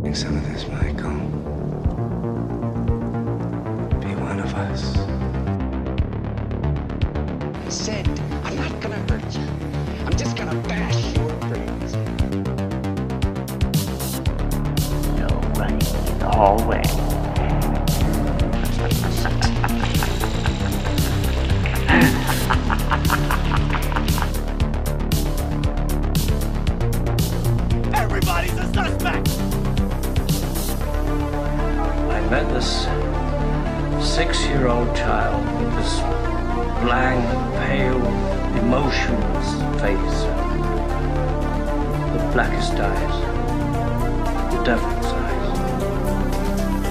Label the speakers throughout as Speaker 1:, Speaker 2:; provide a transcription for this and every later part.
Speaker 1: Drink some of this, Michael. Be one of us.
Speaker 2: I said, I'm not gonna hurt you. I'm just gonna bash your brains.
Speaker 3: No running in the hallway.
Speaker 4: Everybody's a suspect!
Speaker 5: I met this six year old child with this blank, pale, emotionless face, the blackest eyes, the devil's eyes.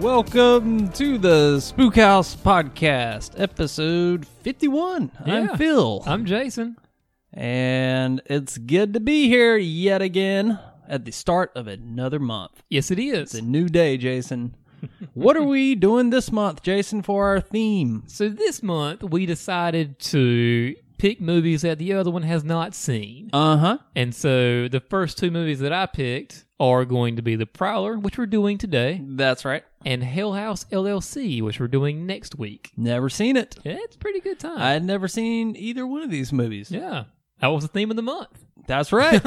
Speaker 6: Welcome to the Spook House Podcast, episode 51.
Speaker 7: Yeah.
Speaker 6: I'm Phil,
Speaker 7: I'm Jason.
Speaker 6: and it's good to be here yet again at the start of another month.
Speaker 7: Yes, it is.
Speaker 6: It's a new day, Jason. what are we doing this month, Jason, for our theme?
Speaker 7: so this month we decided to pick movies that the other one has not seen.
Speaker 6: Uh huh.
Speaker 7: and so the first two movies that I picked are going to be The Prowler, which we're doing today,
Speaker 6: That's right.
Speaker 7: and Hell House LLC, which we're doing next week.
Speaker 6: Never seen it.
Speaker 7: Yeah, it's a pretty good time.
Speaker 6: I had never seen either one of these movies.
Speaker 7: yeah. That was the theme of the month.
Speaker 6: That's right.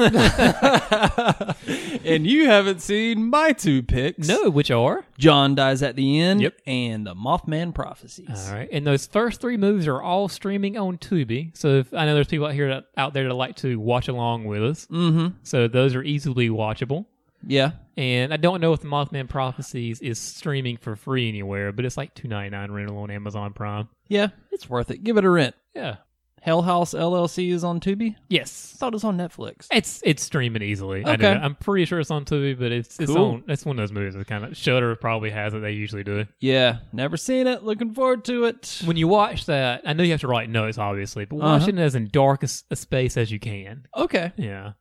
Speaker 6: and you haven't seen my two picks.
Speaker 7: No, which are?
Speaker 6: John Dies at the End
Speaker 7: Yep.
Speaker 6: and The Mothman Prophecies.
Speaker 7: All right. And those first three movies are all streaming on Tubi. So if, I know there's people out here that, out there that like to watch along with us.
Speaker 6: Mm-hmm.
Speaker 7: So those are easily watchable.
Speaker 6: Yeah.
Speaker 7: And I don't know if the Mothman Prophecies is streaming for free anywhere, but it's like two ninety nine rental on Amazon Prime.
Speaker 6: Yeah. It's worth it. Give it a rent.
Speaker 7: Yeah.
Speaker 6: Hell House LLC is on Tubi. I
Speaker 7: Yes.
Speaker 6: thought it was on Netflix.
Speaker 7: It's it's streaming easily. I
Speaker 6: Okay.
Speaker 7: don't know. I'm pretty sure it's on Tubi, but it's it's
Speaker 6: Cool.
Speaker 7: on. It's one of those movies that kind of Shutter probably has it. They usually do.
Speaker 6: Yeah. Never seen it. Looking forward to it.
Speaker 7: When you watch that, I know you have to write notes, obviously, but watch it as in dark a, s- a space as you can.
Speaker 6: Okay.
Speaker 7: Yeah,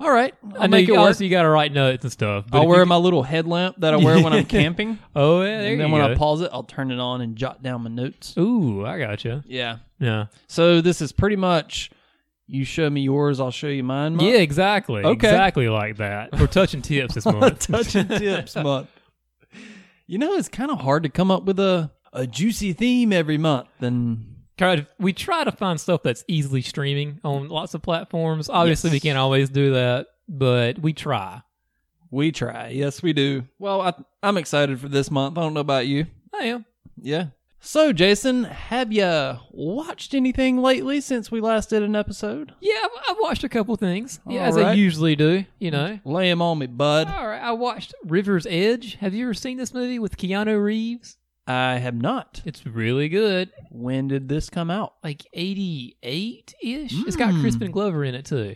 Speaker 6: All right. I'll
Speaker 7: I know.
Speaker 6: make
Speaker 7: You,
Speaker 6: it work.
Speaker 7: obviously, you got to write notes and stuff. But
Speaker 6: I'll
Speaker 7: if
Speaker 6: wear
Speaker 7: you,
Speaker 6: my little headlamp that I wear when I'm camping.
Speaker 7: Oh yeah, there
Speaker 6: and
Speaker 7: you
Speaker 6: then when
Speaker 7: go.
Speaker 6: I pause it, I'll turn it on and jot down my notes.
Speaker 7: Ooh, I gotcha.
Speaker 6: Yeah.
Speaker 7: Yeah,
Speaker 6: So this is pretty much you show me yours, I'll show you mine. month.
Speaker 7: yeah, exactly.
Speaker 6: Okay.
Speaker 7: exactly like that. We're touching tips this month.
Speaker 6: touching tips month. You know, it's kind of hard to come up with a, a juicy theme every month. And
Speaker 7: try to, we try to find stuff that's easily streaming on lots of platforms. Obviously, we can't always do that, but we try.
Speaker 6: we try. Yes, we do. Well, I, I'm excited for this month. I don't know about you.
Speaker 7: I am.
Speaker 6: Yeah. So, Jason, have you watched anything lately since we last did an episode?
Speaker 7: Yeah, I've- I've watched a couple things, yeah,
Speaker 6: All
Speaker 7: as I
Speaker 6: right.
Speaker 7: usually do. You know.
Speaker 6: Lay 'em on me, bud.
Speaker 7: All right, I watched River's Edge. Have you ever seen this movie with Keanu Reeves?
Speaker 6: I have not.
Speaker 7: It's really good.
Speaker 6: When did this come out?
Speaker 7: Like eighty eight ish. It's got
Speaker 6: Hmm.
Speaker 7: Crispin Glover in it too.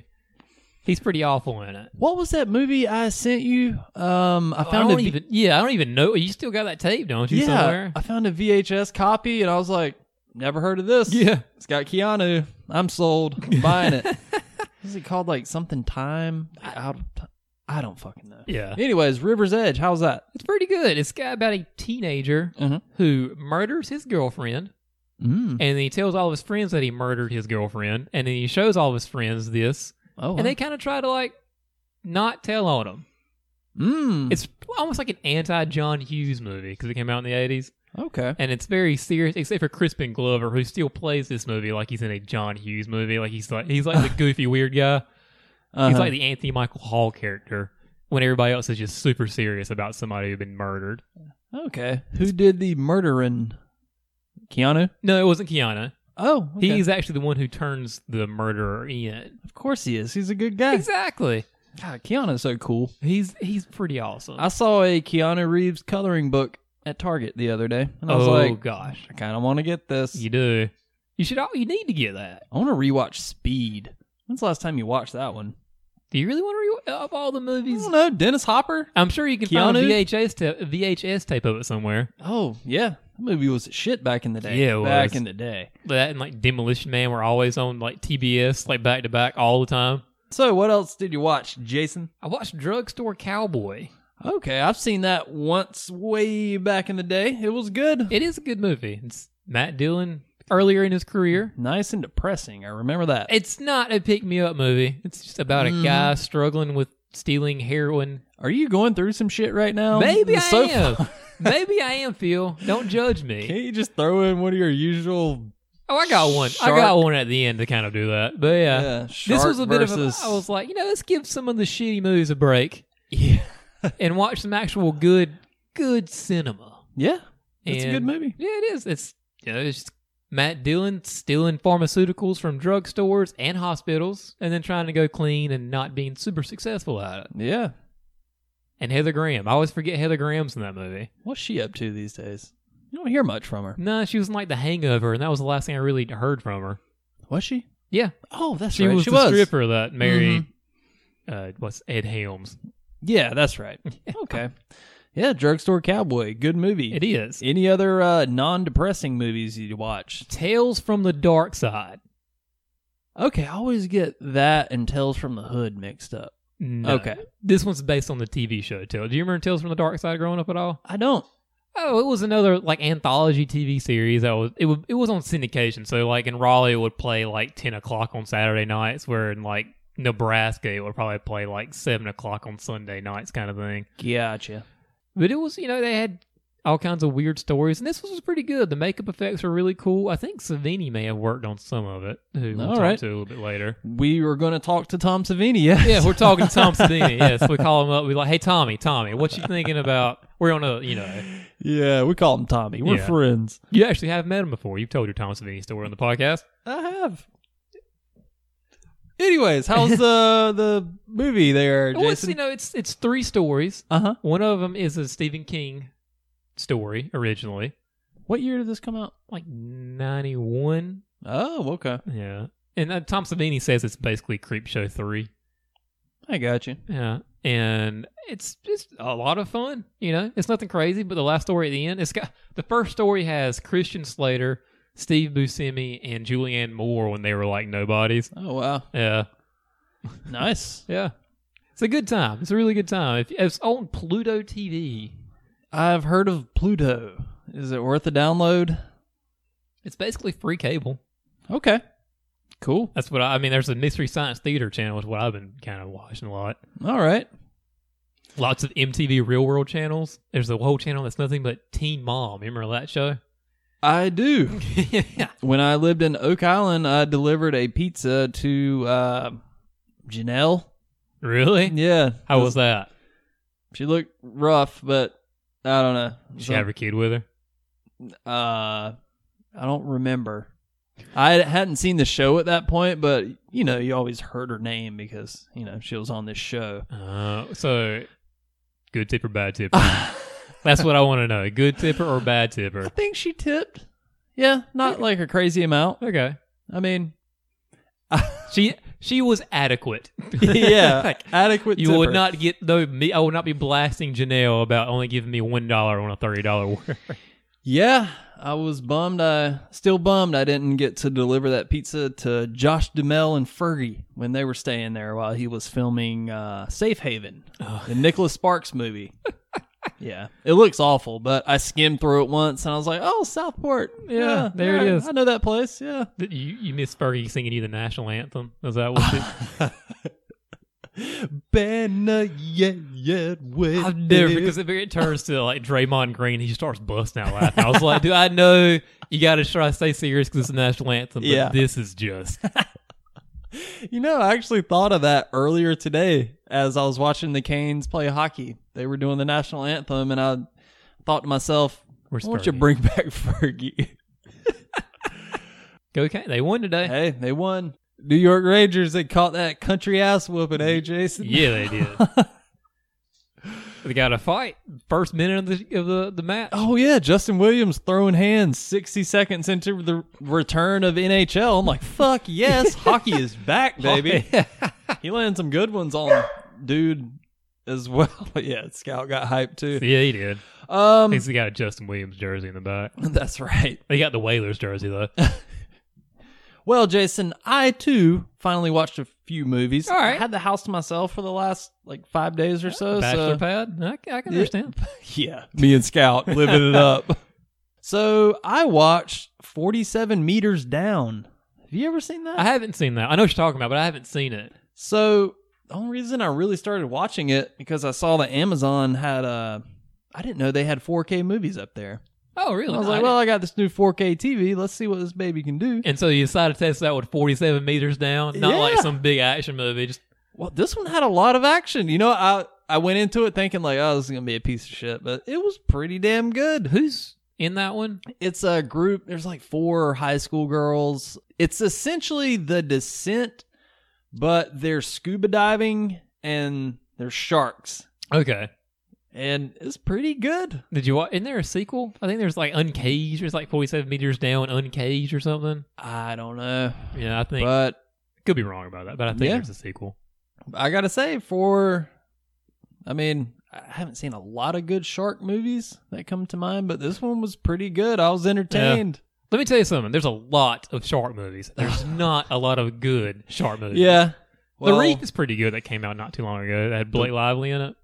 Speaker 7: He's pretty awful in it.
Speaker 6: What was that movie I sent you? Um, I
Speaker 7: I
Speaker 6: found
Speaker 7: don't
Speaker 6: a V-
Speaker 7: even. Yeah, I don't even know. You still got that tape, don't you?
Speaker 6: yeah,
Speaker 7: Somewhere.
Speaker 6: I found a VHS copy, and I was like, never heard of this.
Speaker 7: Yeah.
Speaker 6: It's got Keanu. I'm sold. I'm buying it. Is it called like something time? Like, out of t- I don't fucking know.
Speaker 7: Yeah.
Speaker 6: Anyways, River's Edge. How's that?
Speaker 7: It's pretty good. It's got about a teenager
Speaker 6: Uh-huh.
Speaker 7: who murders his girlfriend,
Speaker 6: Mm.
Speaker 7: and he tells all of his friends that he murdered his girlfriend, and then he shows all of his friends this,
Speaker 6: Oh,
Speaker 7: and
Speaker 6: wow.
Speaker 7: they kind of try to like not tell on him.
Speaker 6: mm.
Speaker 7: It's almost like an anti John Hughes movie because it came out in the eighties,
Speaker 6: okay.
Speaker 7: and it's very serious, except for Crispin Glover, who still plays this movie like he's in a John Hughes movie, like he's like he's like the goofy weird guy. He's
Speaker 6: Uh-huh.
Speaker 7: like the Anthony Michael Hall character when everybody else is just super serious about somebody who'd been murdered.
Speaker 6: okay. Who did the murdering? Keanu.
Speaker 7: No, it wasn't Kiana.
Speaker 6: Oh, okay.
Speaker 7: He's actually the one who turns the murderer in.
Speaker 6: of course he is. He's a good guy.
Speaker 7: Exactly.
Speaker 6: God, Keanu's so cool.
Speaker 7: He's he's pretty awesome.
Speaker 6: I saw a Keanu Reeves coloring book at Target the other day, and I was
Speaker 7: oh
Speaker 6: like,
Speaker 7: gosh,
Speaker 6: I kind of want to get this.
Speaker 7: you do. You should. al- You need to get that.
Speaker 6: I want to rewatch Speed. When's the last time you watched that one?
Speaker 7: Do you really want to re- of all the
Speaker 6: I
Speaker 7: movies?
Speaker 6: don't know. Dennis Hopper.
Speaker 7: I'm sure you can find a
Speaker 6: Keanu?
Speaker 7: VHS ta- VHS tape of it somewhere.
Speaker 6: Oh yeah, that movie was shit back in the day.
Speaker 7: Yeah, it
Speaker 6: back
Speaker 7: was.
Speaker 6: in the day.
Speaker 7: That and like Demolition Man were always on like TBS, like back to back all the time.
Speaker 6: So what else did you watch, Jason?
Speaker 7: I watched Drugstore Cowboy.
Speaker 6: Okay, I've seen that once way back in the day. It was good.
Speaker 7: It is a good movie. It's Matt Dillon earlier in his career.
Speaker 6: Nice and depressing. I remember that.
Speaker 7: It's not a pick me up movie. It's just about a guy struggling with stealing heroin.
Speaker 6: Are you going through some shit right now?
Speaker 7: Maybe
Speaker 6: Um,
Speaker 7: I
Speaker 6: It's so
Speaker 7: am.
Speaker 6: fun.
Speaker 7: Maybe I am, Phil. Don't judge me.
Speaker 6: Can't you just throw in one of your usual?
Speaker 7: Oh, I got one. I got
Speaker 6: Shark.
Speaker 7: one at the end to kind of do that. But yeah,
Speaker 6: Yeah,
Speaker 7: this
Speaker 6: Shark
Speaker 7: was a bit
Speaker 6: versus-
Speaker 7: of. A, I was like, you know, let's give some of the shitty movies a break
Speaker 6: Yeah,
Speaker 7: and watch some actual good, good cinema.
Speaker 6: yeah. It's a good
Speaker 7: And-
Speaker 6: movie.
Speaker 7: Yeah, it is. It's you know, it's just Matt Dillon stealing pharmaceuticals from drugstores and hospitals, and then trying to go clean and not being super successful at it.
Speaker 6: Yeah.
Speaker 7: And Heather Graham. I always forget Heather Graham's in that movie.
Speaker 6: What's she up to these days? You don't hear much from her.
Speaker 7: No, she was in like The Hangover, and that was the last thing I really heard from her.
Speaker 6: Was she?
Speaker 7: Yeah,
Speaker 6: Oh, that's
Speaker 7: she
Speaker 6: right.
Speaker 7: was Mm-hmm.
Speaker 6: she
Speaker 7: the
Speaker 6: was.
Speaker 7: stripper that married uh, what's Ed Helms.
Speaker 6: Yeah, that's right. okay. Yeah, Drugstore Cowboy. Good movie.
Speaker 7: It is
Speaker 6: Any other uh, non-depressing movies you watched?
Speaker 7: Tales from the Dark Side.
Speaker 6: Okay, I always get that and Tales from the Hood mixed up.
Speaker 7: No.
Speaker 6: Okay.
Speaker 7: this one's based on the TV show Tales. Do you remember Tales from the Dark Side growing up at all?
Speaker 6: I don't.
Speaker 7: Oh, it was another like anthology TV series that was it, was it was on syndication. So like in Raleigh, it would play like ten o'clock on Saturday nights, where in like Nebraska, it would probably play like seven o'clock on Sunday nights, kind of thing.
Speaker 6: Gotcha.
Speaker 7: But it was you know they had all kinds of weird stories, and this was pretty good. The makeup effects were really cool. I think Savini may have worked on some of it. Who we'll
Speaker 6: All
Speaker 7: talk
Speaker 6: right.
Speaker 7: to a little bit later.
Speaker 6: We were going to talk to Tom Savini. Yes.
Speaker 7: Yeah, we're talking to Tom Savini. Yes, we call him up. We like, hey Tommy, Tommy, what you thinking about? We're on a you know.
Speaker 6: yeah, we call him Tommy. We're
Speaker 7: Yeah.
Speaker 6: friends.
Speaker 7: You actually have met him before. You've told your Tom Savini story on the podcast.
Speaker 6: I have. Anyways, how's the the movie there,
Speaker 7: Well, it's,
Speaker 6: Jason?
Speaker 7: you know, it's it's three stories.
Speaker 6: uh huh.
Speaker 7: One of them is a Stephen King story originally,
Speaker 6: What year did this come out?
Speaker 7: like ninety one.
Speaker 6: Oh, okay.
Speaker 7: Yeah, and uh, Tom Savini says it's basically Creep Show three.
Speaker 6: I got you.
Speaker 7: Yeah, and it's just a lot of fun. You know, it's nothing crazy, but the last story at the end, it's got the first story has Christian Slater, Steve Buscemi, and Julianne Moore when they were like nobodies.
Speaker 6: Oh wow,
Speaker 7: Yeah,
Speaker 6: nice.
Speaker 7: yeah. It's a good time. It's a really good time. If it's on Pluto TV,
Speaker 6: I've heard of Pluto. Is it worth a download?
Speaker 7: it's basically free cable.
Speaker 6: Okay, cool.
Speaker 7: That's what I, I mean. There's a Mystery Science Theater channel, is what I've been kind of watching a lot.
Speaker 6: All right.
Speaker 7: Lots of MTV Real World channels. There's a whole channel that's nothing but Teen Mom. Remember that show?
Speaker 6: I do.
Speaker 7: yeah.
Speaker 6: When I lived in Oak Island, I delivered a pizza to uh, Janelle.
Speaker 7: Really?
Speaker 6: Yeah,
Speaker 7: How was that?
Speaker 6: she looked rough, but I don't know.
Speaker 7: Did she have her kid with her?
Speaker 6: Uh, I don't remember. I hadn't seen the show at that point, but you know, you always heard her name because you know she was on this show.
Speaker 7: Uh, so, good tip or bad tipper? that's what I want to know. Good tipper or bad
Speaker 6: I
Speaker 7: tipper?
Speaker 6: think she tipped. Yeah, not like a crazy amount.
Speaker 7: Okay.
Speaker 6: I mean,
Speaker 7: She she was adequate.
Speaker 6: yeah,
Speaker 7: Like,
Speaker 6: adequate.
Speaker 7: You would
Speaker 6: tipper.
Speaker 7: not get though me. I would not be blasting Janelle about only giving me one dollar on a thirty dollar order.
Speaker 6: Yeah, I was bummed. I still bummed I didn't get to deliver that pizza to Josh Demel and Fergie when they were staying there while he was filming uh, Safe Haven, the Nicholas Sparks movie. yeah, it looks awful, but I skimmed through it once and I was like, "Oh, Southport. Yeah,
Speaker 7: there it
Speaker 6: yeah,
Speaker 7: is."
Speaker 6: I know that place. Yeah,
Speaker 7: That You, you miss Fergie singing you the national anthem? Is that what? It,
Speaker 6: Banner yet yet with
Speaker 7: I've never because if it turns to like Draymond Green, he starts busting out laughing. I was like, dude, I know you got to try to stay serious because it's the national anthem, but
Speaker 6: Yeah.
Speaker 7: this is just
Speaker 6: You know, I actually thought of that earlier today as I was watching the Canes play hockey. They were doing the national anthem, and I thought to myself,
Speaker 7: Where's
Speaker 6: why don't you
Speaker 7: Fergie?
Speaker 6: bring back Fergie?
Speaker 7: go. Can- they won today.
Speaker 6: hey, they won. New York Rangers, they caught that country ass whooping, eh, Jason?
Speaker 7: Yeah, they did. they got a fight first minute of the of the, the match.
Speaker 6: Oh, yeah. Justin Williams throwing hands 60 seconds into the return of NHL. I'm like, fuck yes. hockey is back, baby. he landed some good ones on dude as well. yeah, Scout got hyped too.
Speaker 7: yeah, he did.
Speaker 6: Um,
Speaker 7: At least he got a Justin Williams jersey in the back.
Speaker 6: That's right.
Speaker 7: They got the Whalers jersey though.
Speaker 6: Well, Jason, I too finally watched a few movies.
Speaker 7: All right.
Speaker 6: I had the house to myself for the last like five days or so.
Speaker 7: Bachelor
Speaker 6: so
Speaker 7: pad. I, c- I
Speaker 6: uh, Yeah.
Speaker 7: can understand.
Speaker 6: yeah, me and Scout living it up. So I watched 47 meters down. Have you ever seen that?
Speaker 7: I haven't seen that. I know what you're talking about, but I haven't seen it.
Speaker 6: So the only reason I really started watching it because I saw that Amazon had a. I didn't know they had 4K movies up there.
Speaker 7: Oh, really?
Speaker 6: I was like, well, I got this new 4K TV. Let's see what this baby can do.
Speaker 7: and so you decided to test that with 47 meters down, not like
Speaker 6: Yeah.
Speaker 7: some big action movie. Just
Speaker 6: Well, this one had a lot of action. You know, I I went into it thinking like, oh, this is gonna be a piece of shit, but it was pretty damn good. Who's
Speaker 7: in that one.
Speaker 6: it's a group. There's like four high school girls. It's essentially the descent, but they're scuba diving and they're sharks,
Speaker 7: Okay.
Speaker 6: and it's pretty good.
Speaker 7: Did you watch? Isn't there a sequel? I think there's like Uncaged. There's like 47 meters down, Uncaged or something.
Speaker 6: I don't know,
Speaker 7: Yeah, I think.
Speaker 6: but
Speaker 7: could be wrong about that, but I think
Speaker 6: Yeah.
Speaker 7: there's a sequel.
Speaker 6: I gotta say, for I mean, I haven't seen a lot of good shark movies that come to mind, but this one was pretty good. I was entertained.
Speaker 7: Let me tell you something. There's a lot of shark movies. There's not a lot of good shark movies.
Speaker 6: Yeah.
Speaker 7: the
Speaker 6: Well-
Speaker 7: Reef is pretty good. That came out not too long ago. That had Blake Lively in it.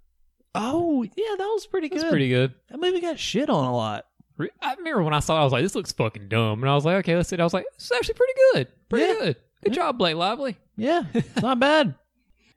Speaker 6: Oh, yeah, that was pretty
Speaker 7: It's
Speaker 6: good.
Speaker 7: pretty good.
Speaker 6: That movie got shit on a lot.
Speaker 7: Re- I remember when I saw it, I was like, "This looks fucking dumb," and I was like, "Okay, let's see." it." I was like, "It's actually pretty good. Pretty
Speaker 6: Yeah.
Speaker 7: good. Good job, Blake Lively."
Speaker 6: Yeah, it's not bad.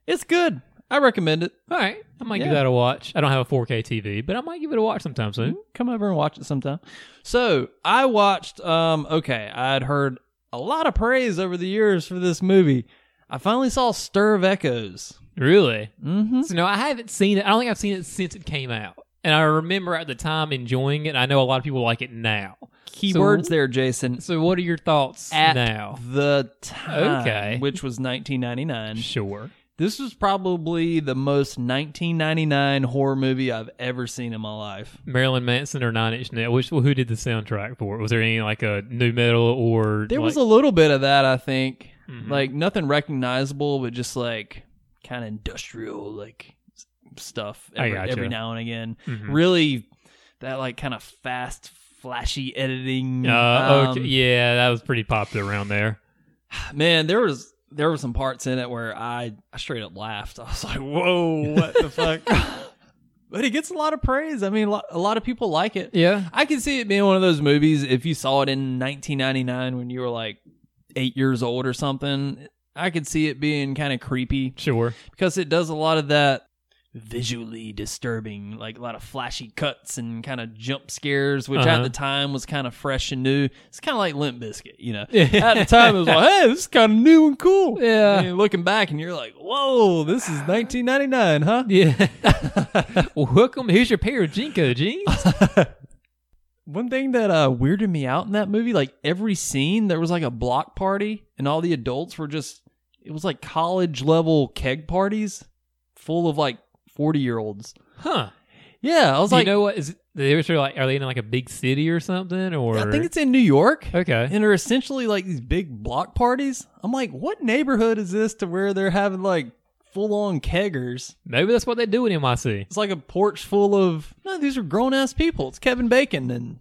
Speaker 6: It's good. I recommend it.
Speaker 7: All right, I might give
Speaker 6: Yeah.
Speaker 7: that a watch. I don't have a 4K TV, but I might give it a watch sometime soon.
Speaker 6: Come over and watch it sometime. So I watched. Um, okay, I'd heard a lot of praise over the years for this movie. I finally saw Stir of Echoes.
Speaker 7: Really?
Speaker 6: Mm-hmm.
Speaker 7: So no, I haven't seen it. I don't think I've seen it since it came out. And I remember at the time enjoying it. I know a lot of people like it now.
Speaker 6: Keywords
Speaker 7: So-
Speaker 6: there, Jason.
Speaker 7: So what are your thoughts
Speaker 6: At
Speaker 7: now?
Speaker 6: the time,
Speaker 7: Okay.
Speaker 6: which was 1999.
Speaker 7: Sure.
Speaker 6: This was probably the most 1999 horror movie I've ever seen in my life.
Speaker 7: Marilyn Manson or Nine Inch Nails? Which who did the soundtrack for it? Was there any like a new metal or
Speaker 6: There was a
Speaker 7: like-
Speaker 6: little bit of that, I think.
Speaker 7: Mhm.
Speaker 6: Like nothing recognizable, but just like kind of industrial like s- stuff
Speaker 7: I
Speaker 6: every,
Speaker 7: gotcha.
Speaker 6: every now and again.
Speaker 7: Mhm.
Speaker 6: Really, that like kind of fast, flashy editing.
Speaker 7: Uh, okay.
Speaker 6: um,
Speaker 7: Yeah, that was pretty popular around there.
Speaker 6: Man, there was there were some parts in it where I I straight up laughed. I was like, "Whoa, what the fuck?" But it gets a lot of praise. I mean, a lot, a lot of people like it.
Speaker 7: Yeah.
Speaker 6: I can see it being one of those movies. If you saw it in 1999 when you were like eight years old or something, I could see it being kind of creepy
Speaker 7: Sure.
Speaker 6: because it does a lot of that visually disturbing, like a lot of flashy cuts and kind of jump scares, which at
Speaker 7: Uh-huh.
Speaker 6: the time was kind of fresh and new. It's kind of like Limp Biscuit, you know. at the time, it was like, hey, this is kind of new and cool.
Speaker 7: Yeah.
Speaker 6: And you're looking back and you're like, whoa, this is 1999, huh?
Speaker 7: Yeah. well, welcome. Here's your pair of Jinko jeans.
Speaker 6: One thing that uh, weirded me out in that movie, like every scene, there was like a block party, and all the adults were just, it was like college level keg parties full of like 40 year olds.
Speaker 7: huh.
Speaker 6: Yeah. I was
Speaker 7: Do
Speaker 6: like,
Speaker 7: you know what is? They were sort of like, are they in like a big city or something? Or
Speaker 6: I think it's in New York.
Speaker 7: okay.
Speaker 6: And they're essentially like these big block parties. I'm like, what neighborhood is this to where they're having like full on keggers?
Speaker 7: Maybe that's what they do in NYC.
Speaker 6: It's like a porch full of, no, these are grown ass people. It's Kevin Bacon and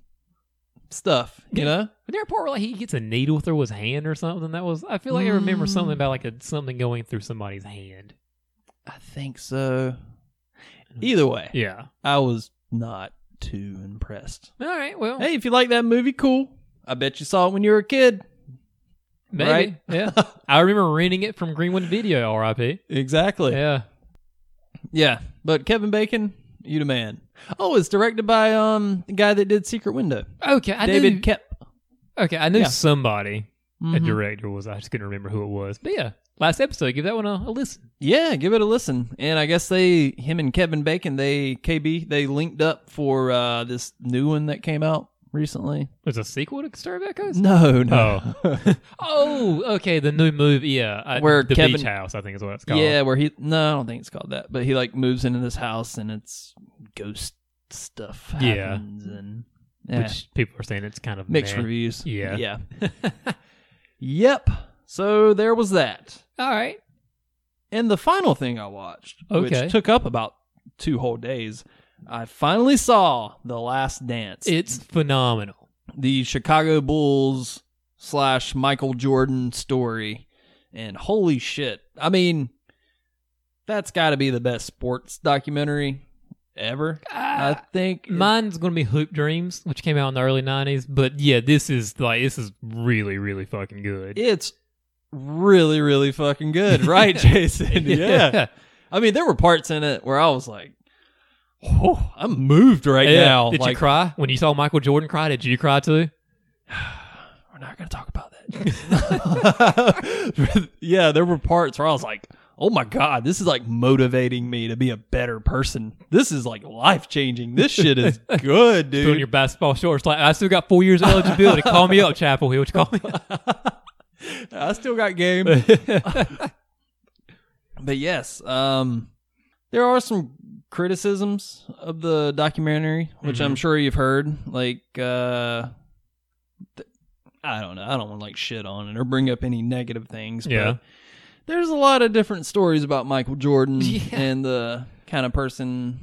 Speaker 6: stuff, you know?
Speaker 7: But there a part where like, he gets a needle through his hand or something. That was I feel like I remember
Speaker 6: Mm.
Speaker 7: something about like a, something going through somebody's hand.
Speaker 6: I think so.
Speaker 7: Mm-hmm.
Speaker 6: Either way,
Speaker 7: Yeah.
Speaker 6: I was not too impressed.
Speaker 7: All right. Well,
Speaker 6: Hey, if you like that movie, cool. I bet you saw it when you were a kid.
Speaker 7: maybe.
Speaker 6: right?
Speaker 7: Yeah. I remember renting it from Greenwood Video. R.I.P.
Speaker 6: Exactly. Yeah.
Speaker 7: Yeah.
Speaker 6: But Kevin Bacon, you the man. Oh, it's directed by um the guy that did Secret Window.
Speaker 7: Okay. I
Speaker 6: David
Speaker 7: knew,
Speaker 6: Kep.
Speaker 7: Okay. I knew
Speaker 6: Yeah.
Speaker 7: somebody. A
Speaker 6: Mhm.
Speaker 7: director was. I just couldn't remember who it was. But yeah. Last episode, give that one a, a listen.
Speaker 6: Yeah, give it a listen. And I guess they him and Kevin Bacon, they KB, they linked up for uh this new one that came out recently.
Speaker 7: There's a sequel to Star of Echoes?
Speaker 6: No, no.
Speaker 7: Oh, okay. The new movie, yeah. I,
Speaker 6: Where
Speaker 7: the
Speaker 6: Kevin-
Speaker 7: beach house, I think is what it's called.
Speaker 6: Yeah, where he no, I don't think it's called that. But he like moves into this house and it's ghost stuff
Speaker 7: Yeah.
Speaker 6: happens and yeah,
Speaker 7: which people are saying it's kind of
Speaker 6: mixed
Speaker 7: meh.
Speaker 6: reviews.
Speaker 7: Yeah.
Speaker 6: yeah. yep. So there was that.
Speaker 7: All right.
Speaker 6: And the final thing I watched,
Speaker 7: Okay.
Speaker 6: which took up about two whole days, I finally saw The Last Dance,
Speaker 7: It's phenomenal.
Speaker 6: the Chicago Bulls slash Michael Jordan story, and holy shit! I mean, that's got to be the best sports documentary ever. I
Speaker 7: Ah,
Speaker 6: think it-
Speaker 7: Mine's gonna be Hoop Dreams, which came out in the early '90s. But yeah, this is like this is really, really fucking good.
Speaker 6: it's really, really fucking good, right, Jason? yeah. I mean, there were parts in it where I was like, oh, I'm moved right
Speaker 7: Yeah.
Speaker 6: now.
Speaker 7: Did
Speaker 6: like,
Speaker 7: you cry when you saw Michael Jordan cry? Did you cry too?
Speaker 6: we're not going to talk about that. yeah, there were parts where I was like, oh my God, this is like motivating me to be a better person. This is like life changing. This shit is good,
Speaker 7: Doing
Speaker 6: dude.
Speaker 7: your basketball shorts. Like I still got four years of eligibility. call me up, Chapel Hill. Call me. Up.
Speaker 6: I still got game. but yes, um, there are some criticisms of the documentary, which I'm sure you've heard. Like, uh, th- I don't know. I don't want to like shit on it or bring up any negative things.
Speaker 7: Yeah.
Speaker 6: But there's a lot of different stories about Michael Jordan and the kind of person.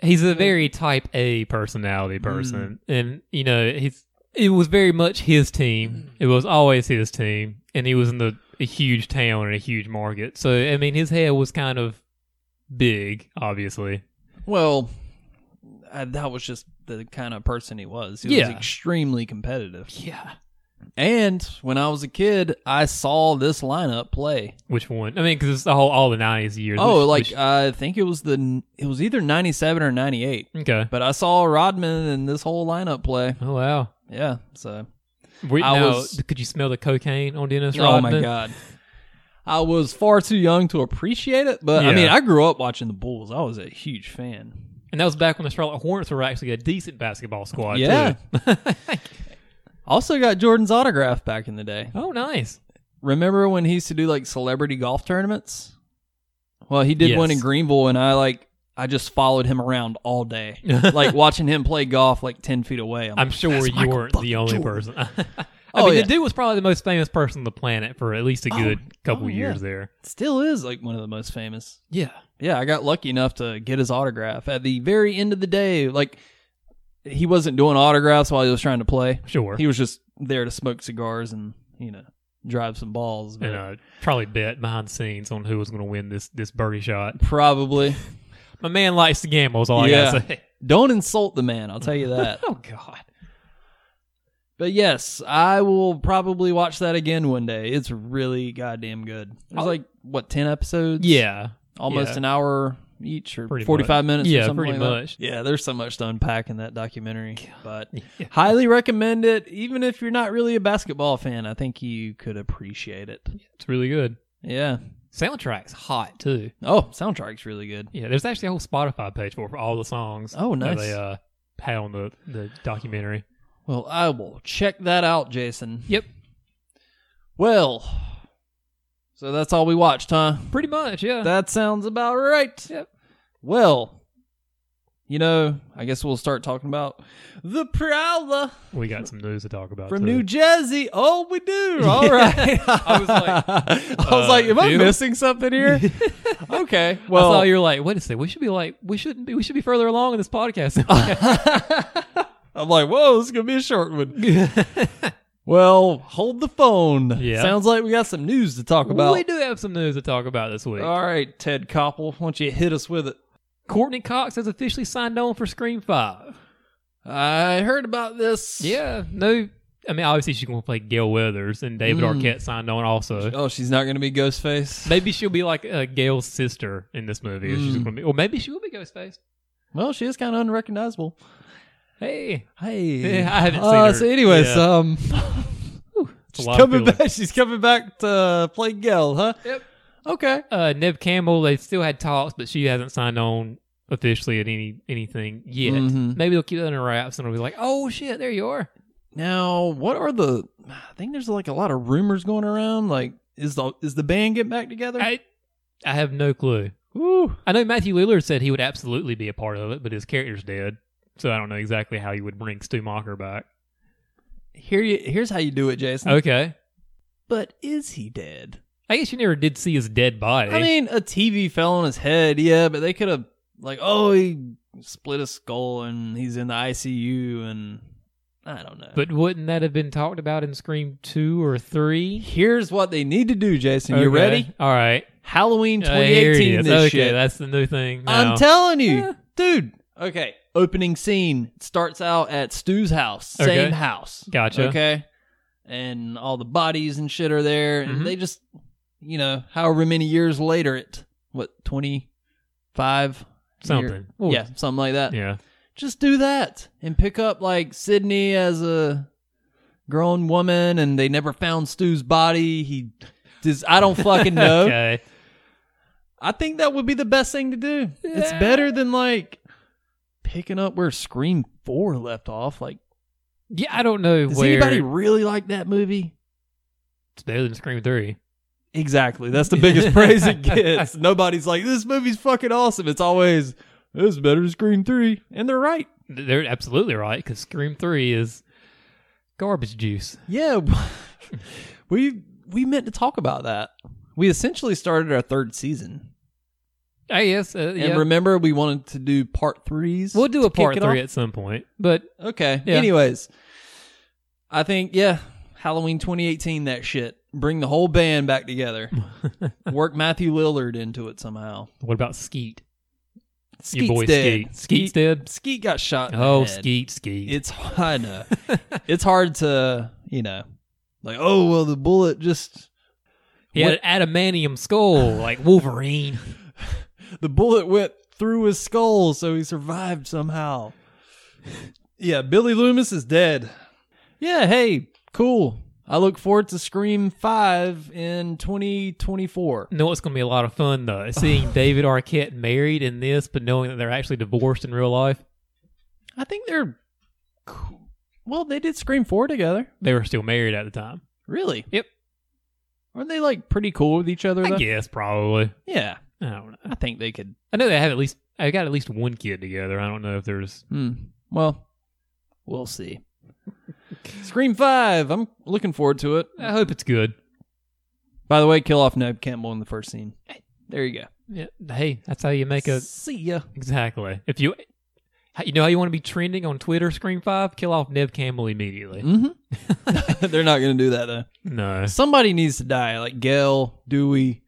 Speaker 7: He's a very Type A personality person, and you know he's. It was very much his team. It was always his team, and he was in the a huge town and a huge market. So I mean, his head was kind of big, obviously.
Speaker 6: Well, I, that was just the kind of person he was. He
Speaker 7: Yeah.
Speaker 6: was extremely competitive.
Speaker 7: Yeah.
Speaker 6: And when I was a kid, I saw this lineup play.
Speaker 7: Which one? I mean, because it's the whole all the nineties years.
Speaker 6: Oh,
Speaker 7: which-
Speaker 6: like
Speaker 7: which-
Speaker 6: I think it was the it was either ninety seven or ninety eight.
Speaker 7: okay.
Speaker 6: But I saw Rodman and this whole lineup play.
Speaker 7: Oh wow.
Speaker 6: Yeah, so
Speaker 7: Wait,
Speaker 6: I
Speaker 7: now,
Speaker 6: was-
Speaker 7: could you smell the cocaine on Dennis
Speaker 6: oh
Speaker 7: Rodman?
Speaker 6: my god, I was far too young to appreciate it. But I
Speaker 7: Yeah.
Speaker 6: mean, I grew up watching the Bulls. I was a huge fan.
Speaker 7: And that was back when the Charlotte Hornets were actually a decent basketball squad.
Speaker 6: Yeah.
Speaker 7: too.
Speaker 6: Also got Jordan's autograph back in the day.
Speaker 7: oh, nice.
Speaker 6: Remember when he used to do like celebrity golf tournaments? Well, he did one
Speaker 7: Yes.
Speaker 6: in Greenville, and I like I just followed him around all day, like watching him play golf like ten feet away.
Speaker 7: I'm sure you weren't the only person. I
Speaker 6: Oh,
Speaker 7: mean,
Speaker 6: yeah.
Speaker 7: the dude was probably the most famous person on the planet for at least a good couple
Speaker 6: oh, yeah.
Speaker 7: years there.
Speaker 6: still is like one of the most famous.
Speaker 7: Yeah.
Speaker 6: Yeah, I got lucky enough to get his autograph at the very end of the day. Like he wasn't doing autographs while he was trying to play.
Speaker 7: Sure.
Speaker 6: He was just there to smoke cigars and you know drive some balls. But
Speaker 7: and uh, probably bet behind the scenes on who was going to win this this birdie shot.
Speaker 6: probably
Speaker 7: My man likes to gamble. Is all I
Speaker 6: Yeah.
Speaker 7: gotta say.
Speaker 6: don't insult the man. I'll tell you that.
Speaker 7: Oh God.
Speaker 6: But yes, I will probably watch that again one day. It's really goddamn good. There's like what ten episodes?
Speaker 7: Oh. Yeah.
Speaker 6: almost
Speaker 7: yeah.
Speaker 6: an hour each, or
Speaker 7: Pretty
Speaker 6: forty-five
Speaker 7: much.
Speaker 6: minutes. or
Speaker 7: Yeah,
Speaker 6: something
Speaker 7: pretty
Speaker 6: like that.
Speaker 7: much.
Speaker 6: Yeah, there's so much to unpack in that documentary. But
Speaker 7: Yeah.
Speaker 6: highly recommend it, even if you're not really a basketball fan. I think you could appreciate it.
Speaker 7: It's really good.
Speaker 6: Yeah.
Speaker 7: Soundtrack's hot too.
Speaker 6: Oh, soundtrack's really good.
Speaker 7: Yeah, there's actually a whole Spotify page for, for all the songs.
Speaker 6: Oh,
Speaker 7: that
Speaker 6: nice.
Speaker 7: They uh, had on the the documentary.
Speaker 6: Well, I will check that out, Jason.
Speaker 7: Yep,
Speaker 6: Well, so that's all we watched, huh?
Speaker 7: pretty much. Yeah.
Speaker 6: That sounds about right.
Speaker 7: Yep.
Speaker 6: Well, you know, I guess we'll start talking about the Prowler
Speaker 7: we got some news to talk about
Speaker 6: from
Speaker 7: too.
Speaker 6: New Jersey. Oh, we do. All right. I
Speaker 7: was like,
Speaker 6: I was like,
Speaker 7: uh,
Speaker 6: am I
Speaker 7: do?
Speaker 6: missing something here? okay.
Speaker 7: I
Speaker 6: Well,
Speaker 7: saw you were like, wait a second, we should be like, we shouldn't be, we should be further along in this podcast.
Speaker 6: I'm like, whoa, this is gonna be a short one. well, hold the phone.
Speaker 7: Yeah.
Speaker 6: Sounds like we got some news to talk about.
Speaker 7: we do have some news to talk about this week.
Speaker 6: All right, Ted Koppel, why don't you hit us with it?
Speaker 7: Courtney Cox has officially signed on for Scream Five.
Speaker 6: I heard about this.
Speaker 7: Yeah, no, I mean obviously she's going to play Gail Weathers, and David
Speaker 6: Mm.
Speaker 7: Arquette signed on also.
Speaker 6: Oh, she's not gonna be Ghostface.
Speaker 7: Maybe she'll be like uh, Gail's sister in this movie. She's
Speaker 6: Mm.
Speaker 7: gonna be, or maybe she will be Ghostface.
Speaker 6: Well, she is kind of unrecognizable.
Speaker 7: Hey,
Speaker 6: Hey,
Speaker 7: Yeah, I haven't seen
Speaker 6: Uh,
Speaker 7: her.
Speaker 6: So, anyways,
Speaker 7: Yeah.
Speaker 6: um,
Speaker 7: It's a
Speaker 6: she's
Speaker 7: lot of
Speaker 6: coming
Speaker 7: feeling.
Speaker 6: back. She's coming back to play Gel, huh?
Speaker 7: Yep.
Speaker 6: Okay.
Speaker 7: Uh, Nev Campbell, they still had talks, but she hasn't signed on officially at any anything yet.
Speaker 6: Mhm.
Speaker 7: Maybe they'll keep it under wraps and it'll be like, oh shit, there you are.
Speaker 6: Now, what are the? I think there's like a lot of rumors going around. Like, is the is the band getting back together?
Speaker 7: I I have no clue.
Speaker 6: Woo.
Speaker 7: I know Matthew Lillard said he would absolutely be a part of it, but his character's dead, so I don't know exactly how you would bring Stu Mocker back.
Speaker 6: Here you. Here's how you do it, Jason.
Speaker 7: Okay,
Speaker 6: But is he dead?
Speaker 7: I guess you never did see his dead body.
Speaker 6: I mean, a TV fell on his head. Yeah, but they could have like, oh, he split his skull and he's in the ICU, and I don't know.
Speaker 7: but wouldn't that have been talked about in Scream two or three?
Speaker 6: Here's what they need to do, Jason. You
Speaker 7: Okay.
Speaker 6: ready?
Speaker 7: All right,
Speaker 6: Halloween
Speaker 7: Uh, here it
Speaker 6: 2018.
Speaker 7: is.
Speaker 6: this
Speaker 7: okay,
Speaker 6: shit.
Speaker 7: that's the new thing. now.
Speaker 6: I'm telling you, dude. Eh. Okay. Opening scene starts out at Stu's house, same
Speaker 7: Okay.
Speaker 6: house.
Speaker 7: Gotcha.
Speaker 6: Okay. And all the bodies and shit are there. And
Speaker 7: Mhm.
Speaker 6: they just, you know, however many years later, it, what, 25?
Speaker 7: Something. Well,
Speaker 6: yeah, something like that.
Speaker 7: Yeah.
Speaker 6: Just do that and pick up like Sydney as a grown woman and they never found Stu's body. He does, I don't fucking know.
Speaker 7: Okay.
Speaker 6: I think that would be the best thing to do. It's
Speaker 7: Yeah.
Speaker 6: better than like picking up where Scream 4 left off. Like,
Speaker 7: Yeah, I don't know
Speaker 6: does
Speaker 7: where
Speaker 6: anybody really like that movie?
Speaker 7: it's better than Scream Three.
Speaker 6: Exactly. That's the biggest praise it gets. Nobody's like, this movie's fucking awesome. It's always, this is better than Scream 3. And they're right.
Speaker 7: They're absolutely right because Scream Three is garbage juice.
Speaker 6: Yeah. we we meant to talk about that. We essentially started our third season.
Speaker 7: I guess. Uh,
Speaker 6: And
Speaker 7: yeah.
Speaker 6: remember, we wanted to do part threes.
Speaker 7: we'll do
Speaker 6: to
Speaker 7: a part
Speaker 6: kick it
Speaker 7: three
Speaker 6: off?
Speaker 7: at some point, but
Speaker 6: Okay.
Speaker 7: Yeah.
Speaker 6: Anyways, I think, yeah, Halloween 2018, that shit. Bring the whole band back together. Work Matthew Lillard into it somehow.
Speaker 7: what about Skeet?
Speaker 6: Skeet's
Speaker 7: boy
Speaker 6: dead.
Speaker 7: Skeet. Skeet's dead?
Speaker 6: Skeet got shot. in the
Speaker 7: Oh,
Speaker 6: head.
Speaker 7: Skeet, Skeet.
Speaker 6: It's I know. it's hard to you know, like oh well, the bullet just
Speaker 7: he had an adamantium skull like Wolverine.
Speaker 6: the bullet went through his skull, so he survived somehow. yeah, Billy Loomis is dead. Yeah, hey, cool. I look forward to Scream Five in twenty twenty four.
Speaker 7: know it's going to be a lot of fun though, seeing David Arquette married in this, but knowing that they're actually divorced in real life.
Speaker 6: I think they're cool. well. They did Scream Four together.
Speaker 7: They were still married at the time.
Speaker 6: Really?
Speaker 7: Yep.
Speaker 6: Aren't they like pretty cool with each other?
Speaker 7: I
Speaker 6: though?
Speaker 7: guess probably.
Speaker 6: Yeah,
Speaker 7: I don't know.
Speaker 6: I think they could
Speaker 7: I know they have at least. I got at least one kid together. I don't know if there's.
Speaker 6: Hmm. Well, we'll see. Scream Five. I'm looking forward to it.
Speaker 7: I hope it's good.
Speaker 6: By the way, kill off Neb Campbell in the first scene. There you go.
Speaker 7: Yeah. Hey, that's how you make a
Speaker 6: see ya.
Speaker 7: exactly. If you, how- you know how you want to be trending on Twitter, Scream Five, kill off Neb Campbell immediately.
Speaker 6: hmm They're not gonna do that though.
Speaker 7: No,
Speaker 6: Somebody needs to die, like Gail, Dewey,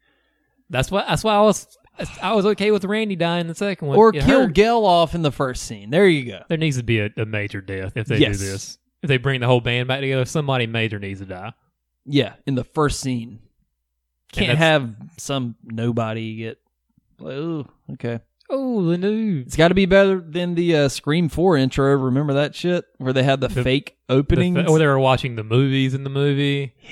Speaker 7: that's why. That's why I was. I was okay with Randy dying in the second one.
Speaker 6: or
Speaker 7: It
Speaker 6: kill
Speaker 7: hurt.
Speaker 6: Gail off in the first scene. There you go.
Speaker 7: There needs to be a, a major death if they
Speaker 6: Yes.
Speaker 7: do this. If they bring the whole band back together, somebody major needs to die.
Speaker 6: Yeah, in the first scene.
Speaker 7: And
Speaker 6: Can't
Speaker 7: that's-
Speaker 6: have some nobody get. Oh, okay.
Speaker 7: Oh, the news.
Speaker 6: It's got to be better than the uh, Scream Four intro. Remember that shit where they had the,
Speaker 7: The- oh,
Speaker 6: fake openings?
Speaker 7: The, or they were watching the movies in the movie. Yeah.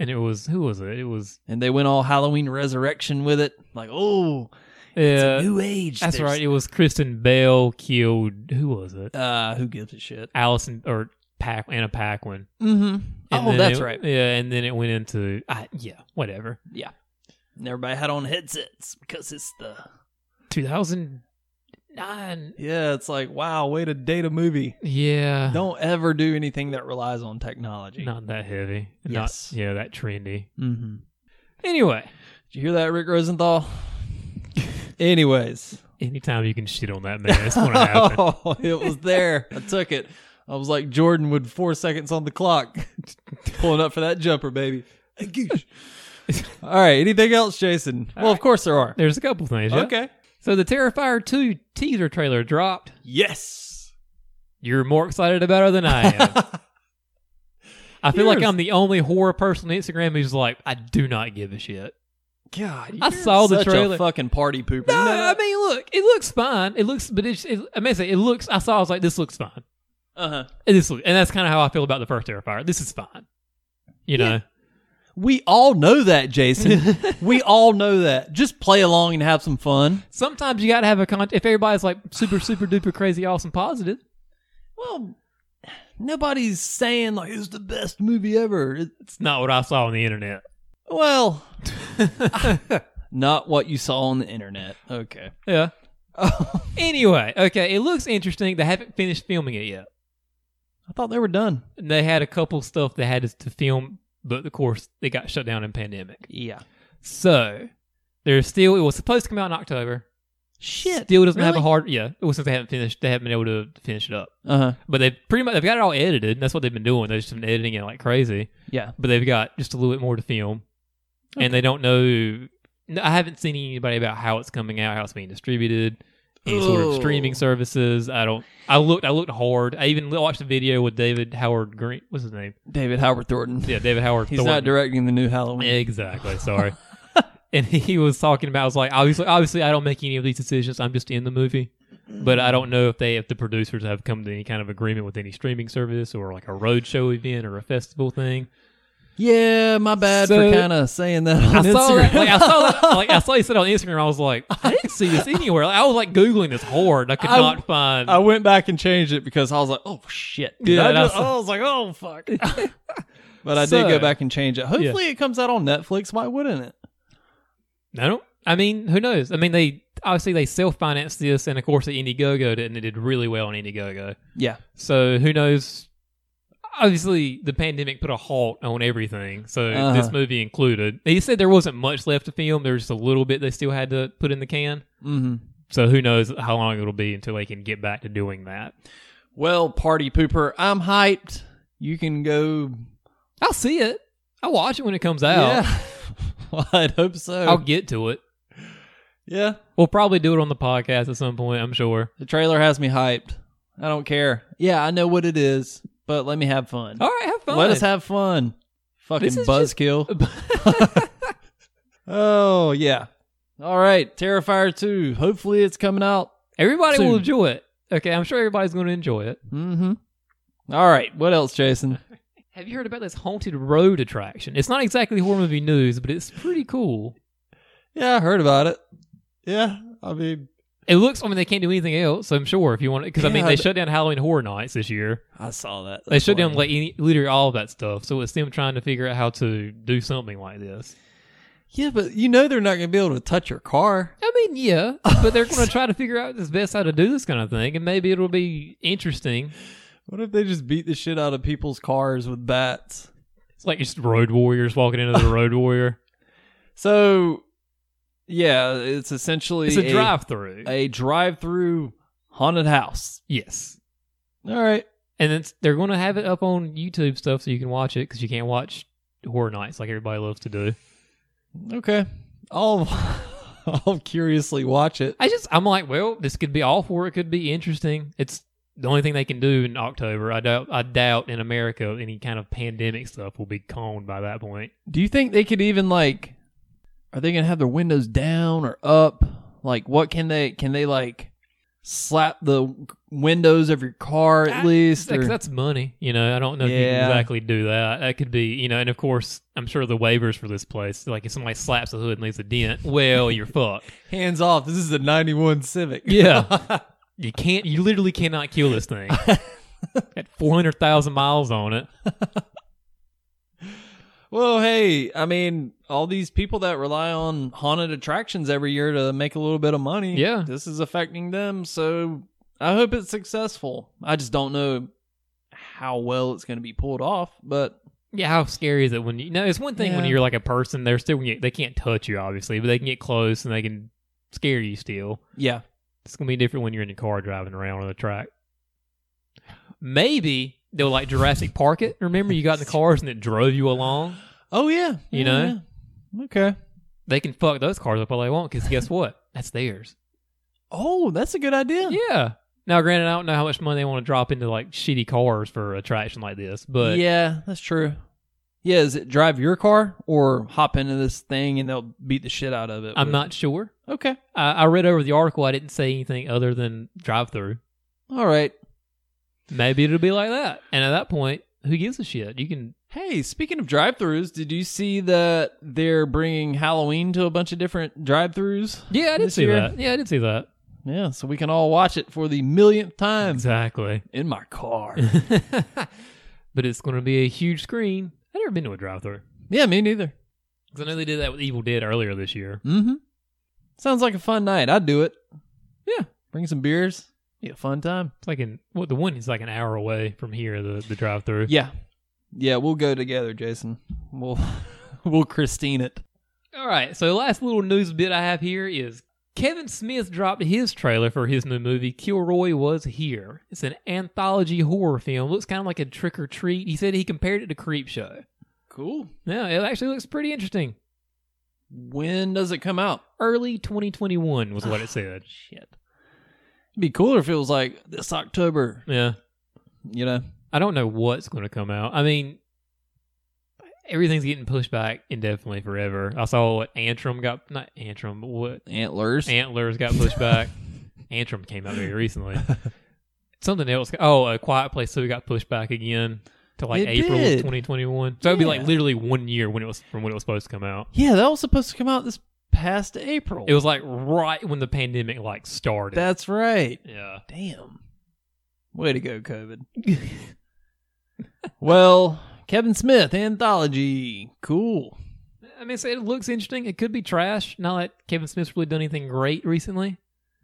Speaker 7: And it was who was it? It was
Speaker 6: and they went all Halloween resurrection with it. Like, oh, it's a
Speaker 7: yeah.
Speaker 6: new age.
Speaker 7: uh, That's
Speaker 6: There's-
Speaker 7: right. It was Kristen Bell killed who was it?
Speaker 6: Uh, who gives a shit?
Speaker 7: Allison or Pack Anna Paquin.
Speaker 6: Mm-hmm.
Speaker 7: And
Speaker 6: Oh,
Speaker 7: then
Speaker 6: that's
Speaker 7: it-
Speaker 6: right.
Speaker 7: Yeah, and then it went into I, yeah, whatever.
Speaker 6: And everybody had on headsets because it's the
Speaker 7: Two thousand nine.
Speaker 6: yeah. It's like wow, way to date a movie.
Speaker 7: Yeah.
Speaker 6: Don't ever do anything that relies on technology.
Speaker 7: not that heavy.
Speaker 6: Yes.
Speaker 7: Not, yeah, that trendy.
Speaker 6: Mm-hmm.
Speaker 7: Anyway.
Speaker 6: Did you hear that, Rick Rosenthal? Anyways,
Speaker 7: Anytime you can shit on that man, it's going to happen.
Speaker 6: oh, it was there. I took it. I was like Jordan with four seconds on the clock, pulling up for that jumper, baby. All right. Anything else, Jason? well, of course there are.
Speaker 7: There's a couple things. yeah.
Speaker 6: Okay.
Speaker 7: So the Terrifier 2 teaser trailer dropped.
Speaker 6: Yes.
Speaker 7: You're more excited about it than I am. I feel like
Speaker 6: Yours-
Speaker 7: I'm the only horror person on Instagram who's like, I do not give a shit.
Speaker 6: God,
Speaker 7: I
Speaker 6: you're
Speaker 7: saw the
Speaker 6: such a
Speaker 7: trailer.
Speaker 6: fucking party pooper.
Speaker 7: No,
Speaker 6: You know
Speaker 7: I
Speaker 6: that?
Speaker 7: mean, look, it looks fine. It looks, but it's, it, I mean, say it looks, I saw, I was like, this looks fine.
Speaker 6: uh-huh.
Speaker 7: And This look, and that's kind of how I feel about the first Terrifier. This is fine. You know?
Speaker 6: We all know that, Jason. we all know that. Just play along and have some fun.
Speaker 7: Sometimes you got to have a con, if everybody's like super, super duper crazy, awesome, positive,
Speaker 6: Well, nobody's saying like it's the best movie ever. It-
Speaker 7: it's not what I saw on the internet.
Speaker 6: Well, not what you saw on the internet. Okay.
Speaker 7: Yeah. Oh. anyway, okay, it looks interesting. They haven't finished filming it yet.
Speaker 6: I thought they were done.
Speaker 7: And they had a couple stuff they had to film, but of course they got shut down in pandemic.
Speaker 6: Yeah.
Speaker 7: So there's still it was supposed to come out in October.
Speaker 6: Shit.
Speaker 7: Still doesn't have a
Speaker 6: really?
Speaker 7: hard yeah. It was since they haven't finished they haven't been able to finish it up.
Speaker 6: Uh-huh.
Speaker 7: But they pretty much they've got it all edited. And that's what they've been doing. They've just been editing it like crazy.
Speaker 6: Yeah.
Speaker 7: But they've got just a little bit more to film, and they don't know. no, I haven't seen anybody about how it's coming out, how it's being distributed. any sort of
Speaker 6: Oh.
Speaker 7: streaming services. I don't. I looked. I looked hard. I even watched a video with David Howard Green. What's his name?
Speaker 6: David Howard Thornton.
Speaker 7: Yeah, David Howard.
Speaker 6: He's
Speaker 7: Thornton.
Speaker 6: not directing the new Halloween.
Speaker 7: Exactly. Sorry. and he was talking about. I was like, obviously, obviously, I don't make any of these decisions. I'm just in the movie. But I don't know if they, if the producers have come to any kind of agreement with any streaming service or like a roadshow event or a festival thing.
Speaker 6: Yeah, my bad
Speaker 7: So-
Speaker 6: for kind of saying that on
Speaker 7: I
Speaker 6: Instagram.
Speaker 7: saw that. Like, I saw that. Like, I saw you said on Instagram. I was like, I didn't see this anywhere. Like, I was like googling this hard. I could
Speaker 6: I-
Speaker 7: not find.
Speaker 6: I went back and changed it because I was like, oh shit. Did
Speaker 7: Yeah,
Speaker 6: I, just-
Speaker 7: that's-
Speaker 6: I was like, oh fuck. but I did
Speaker 7: So-
Speaker 6: go back and change it. Hopefully it comes out on Netflix. Why wouldn't it?
Speaker 7: No, I mean, who knows? I mean, they obviously they self-financed this, and of course, the Indiegogo did, and it did really well on Indiegogo.
Speaker 6: Yeah.
Speaker 7: So who knows? Obviously, the pandemic put a halt on everything, so
Speaker 6: Uh-huh.
Speaker 7: this movie included. He said there wasn't much left to film; there was just a little bit they still had to put in the can.
Speaker 6: Mm-hmm.
Speaker 7: So who knows how long it'll be until they can get back to doing that?
Speaker 6: Well, party pooper, I'm hyped. You can go.
Speaker 7: I'll see it. I'll watch it when it comes out.
Speaker 6: Yeah. well, I'd hope so.
Speaker 7: I'll get to it.
Speaker 6: yeah.
Speaker 7: We'll probably do it on the podcast at some point. I'm sure.
Speaker 6: The trailer has me hyped. I don't care. Yeah, I know what it is, but let me have fun.
Speaker 7: All right, have fun.
Speaker 6: Let us have fun. Fucking
Speaker 7: This is just-
Speaker 6: buzzkill. oh, yeah. All right. Terrifier 2. Hopefully it's coming out.
Speaker 7: Everybody
Speaker 6: Soon.
Speaker 7: will enjoy it. Okay, I'm sure everybody's going to enjoy it.
Speaker 6: Mm-hmm. All right. What else, Jason?
Speaker 7: Have you heard about this haunted road attraction? It's not exactly horror movie news, but it's pretty cool.
Speaker 6: Yeah, I heard about it. Yeah. I mean,
Speaker 7: It looks. I mean, they can't do anything else. So I'm sure if you want, because I mean,
Speaker 6: Yeah,
Speaker 7: they
Speaker 6: th-
Speaker 7: shut down Halloween Horror Nights this year.
Speaker 6: I saw that.
Speaker 7: They shut
Speaker 6: That's
Speaker 7: down
Speaker 6: why.
Speaker 7: like any, literally all of that stuff. So it's them trying to figure out how to do something like this.
Speaker 6: Yeah, but you know they're not going to be able to touch your car.
Speaker 7: I mean, yeah, but they're going to try to figure out this best how to do this kind of thing, and maybe it'll be interesting.
Speaker 6: What if they just beat the shit out of people's cars with bats?
Speaker 7: It's like just road warriors walking into the road warrior.
Speaker 6: So, yeah, it's essentially
Speaker 7: It's a drive-through.
Speaker 6: a drive-through haunted house.
Speaker 7: yes.
Speaker 6: All right.
Speaker 7: And it's, they're going to have it up on YouTube stuff so you can watch it because you can't watch horror nights like everybody loves to do.
Speaker 6: Okay. I'll I'll curiously watch it.
Speaker 7: I just, I'm like, well, this could be awful or it could be interesting. It's the only thing they can do in October. I doubt, I doubt in America any kind of pandemic stuff will be coned by that point.
Speaker 6: Do you think they could even like are they going to have their windows down or up? Like what can they can they like slap the windows of your car at
Speaker 7: I-
Speaker 6: least
Speaker 7: Like,
Speaker 6: or-
Speaker 7: that's money. You know, I don't know if you
Speaker 6: Yeah.
Speaker 7: can exactly do that. That could be, you know, and of course, I'm sure the waivers for this place, like if somebody slaps the hood and leaves a dent, well, you're fucked.
Speaker 6: hands off. This is a 91 Civic.
Speaker 7: Yeah. you can't you literally cannot kill this thing. At 400,000 miles on it.
Speaker 6: Well, hey, I mean, all these people that rely on haunted attractions every year to make a little bit of money.
Speaker 7: Yeah.
Speaker 6: This is affecting them. So I hope it's successful. I just don't know how well it's going to be pulled off, but
Speaker 7: Yeah, how scary is it when you, you know it's one thing when
Speaker 6: Yeah.
Speaker 7: you're like a person, they're still gonna get- they can't touch you obviously, but they can get close and they can scare you still.
Speaker 6: yeah.
Speaker 7: It's going to be different when you're in your car driving around on the track. Maybe they'll like Jurassic Park it. Remember you got in the cars and it drove you along?
Speaker 6: Oh, yeah.
Speaker 7: You
Speaker 6: Yeah,
Speaker 7: know?
Speaker 6: yeah. Okay.
Speaker 7: They can fuck those cars up all they want cuz guess what? That's theirs.
Speaker 6: Oh, that's a good idea.
Speaker 7: Yeah. Now, granted, I don't know how much money they want to drop into like shitty cars for attraction like this, but
Speaker 6: Yeah, that's true. Yeah, is it drive your car or hop into this thing and they'll beat the shit out of it?
Speaker 7: I'm
Speaker 6: with-
Speaker 7: not sure.
Speaker 6: Okay.
Speaker 7: I, I read over the article. I didn't say anything other than drive through.
Speaker 6: All right.
Speaker 7: Maybe it'll be like that. And at that point, who gives a shit? You can.
Speaker 6: Hey, speaking of drive-throughs, did you see that they're bringing Halloween to a bunch of different drive-throughs?
Speaker 7: Yeah, I did
Speaker 6: This
Speaker 7: see
Speaker 6: year?
Speaker 7: that. Yeah, I did see that.
Speaker 6: Yeah, so we can all watch it for the millionth time
Speaker 7: Exactly.
Speaker 6: in my car.
Speaker 7: but it's going to be a huge screen. I've never been to a drive through.
Speaker 6: yeah, me neither.
Speaker 7: Because I know they did that with Evil Dead earlier this year.
Speaker 6: Mm-hmm. Sounds like a fun night. I'd do it. Yeah, bring some beers. Be a fun time.
Speaker 7: It's like in what the one is like an hour away from here. The the drive through.
Speaker 6: Yeah, yeah, we'll go together, Jason. We'll we'll Christine it.
Speaker 7: All right, so the last little news bit I have here is Kevin Smith dropped his trailer for his new movie Kilroy Was Here. It's an anthology horror film. Looks kind of like a trick or treat. He said he compared it to Creepshow.
Speaker 6: Cool.
Speaker 7: Yeah, it actually looks pretty interesting.
Speaker 6: When does it come out?
Speaker 7: Early 2021 was what it said.
Speaker 6: Shit. be cooler if it was like this October,
Speaker 7: Yeah.
Speaker 6: you know?
Speaker 7: I don't know what's going to come out. I mean, everything's getting pushed back indefinitely forever. I saw what Antrim got, not Antrim, but what
Speaker 6: Antlers.
Speaker 7: Antlers got pushed back. Antrim came out very recently. Something else. Oh, A Quiet Place 2 got pushed back again to like
Speaker 6: It
Speaker 7: April
Speaker 6: did.
Speaker 7: 2021. So it'd be like
Speaker 6: Yeah.
Speaker 7: literally one year when it was from when it was supposed to come out.
Speaker 6: yeah, that was supposed to come out this past April.
Speaker 7: It was like right when the pandemic like started.
Speaker 6: That's right.
Speaker 7: yeah.
Speaker 6: Damn. Way to go, COVID. well, Kevin Smith anthology. Cool.
Speaker 7: I mean, so it looks interesting. It could be trash. Not that Kevin Smith's really done anything great recently.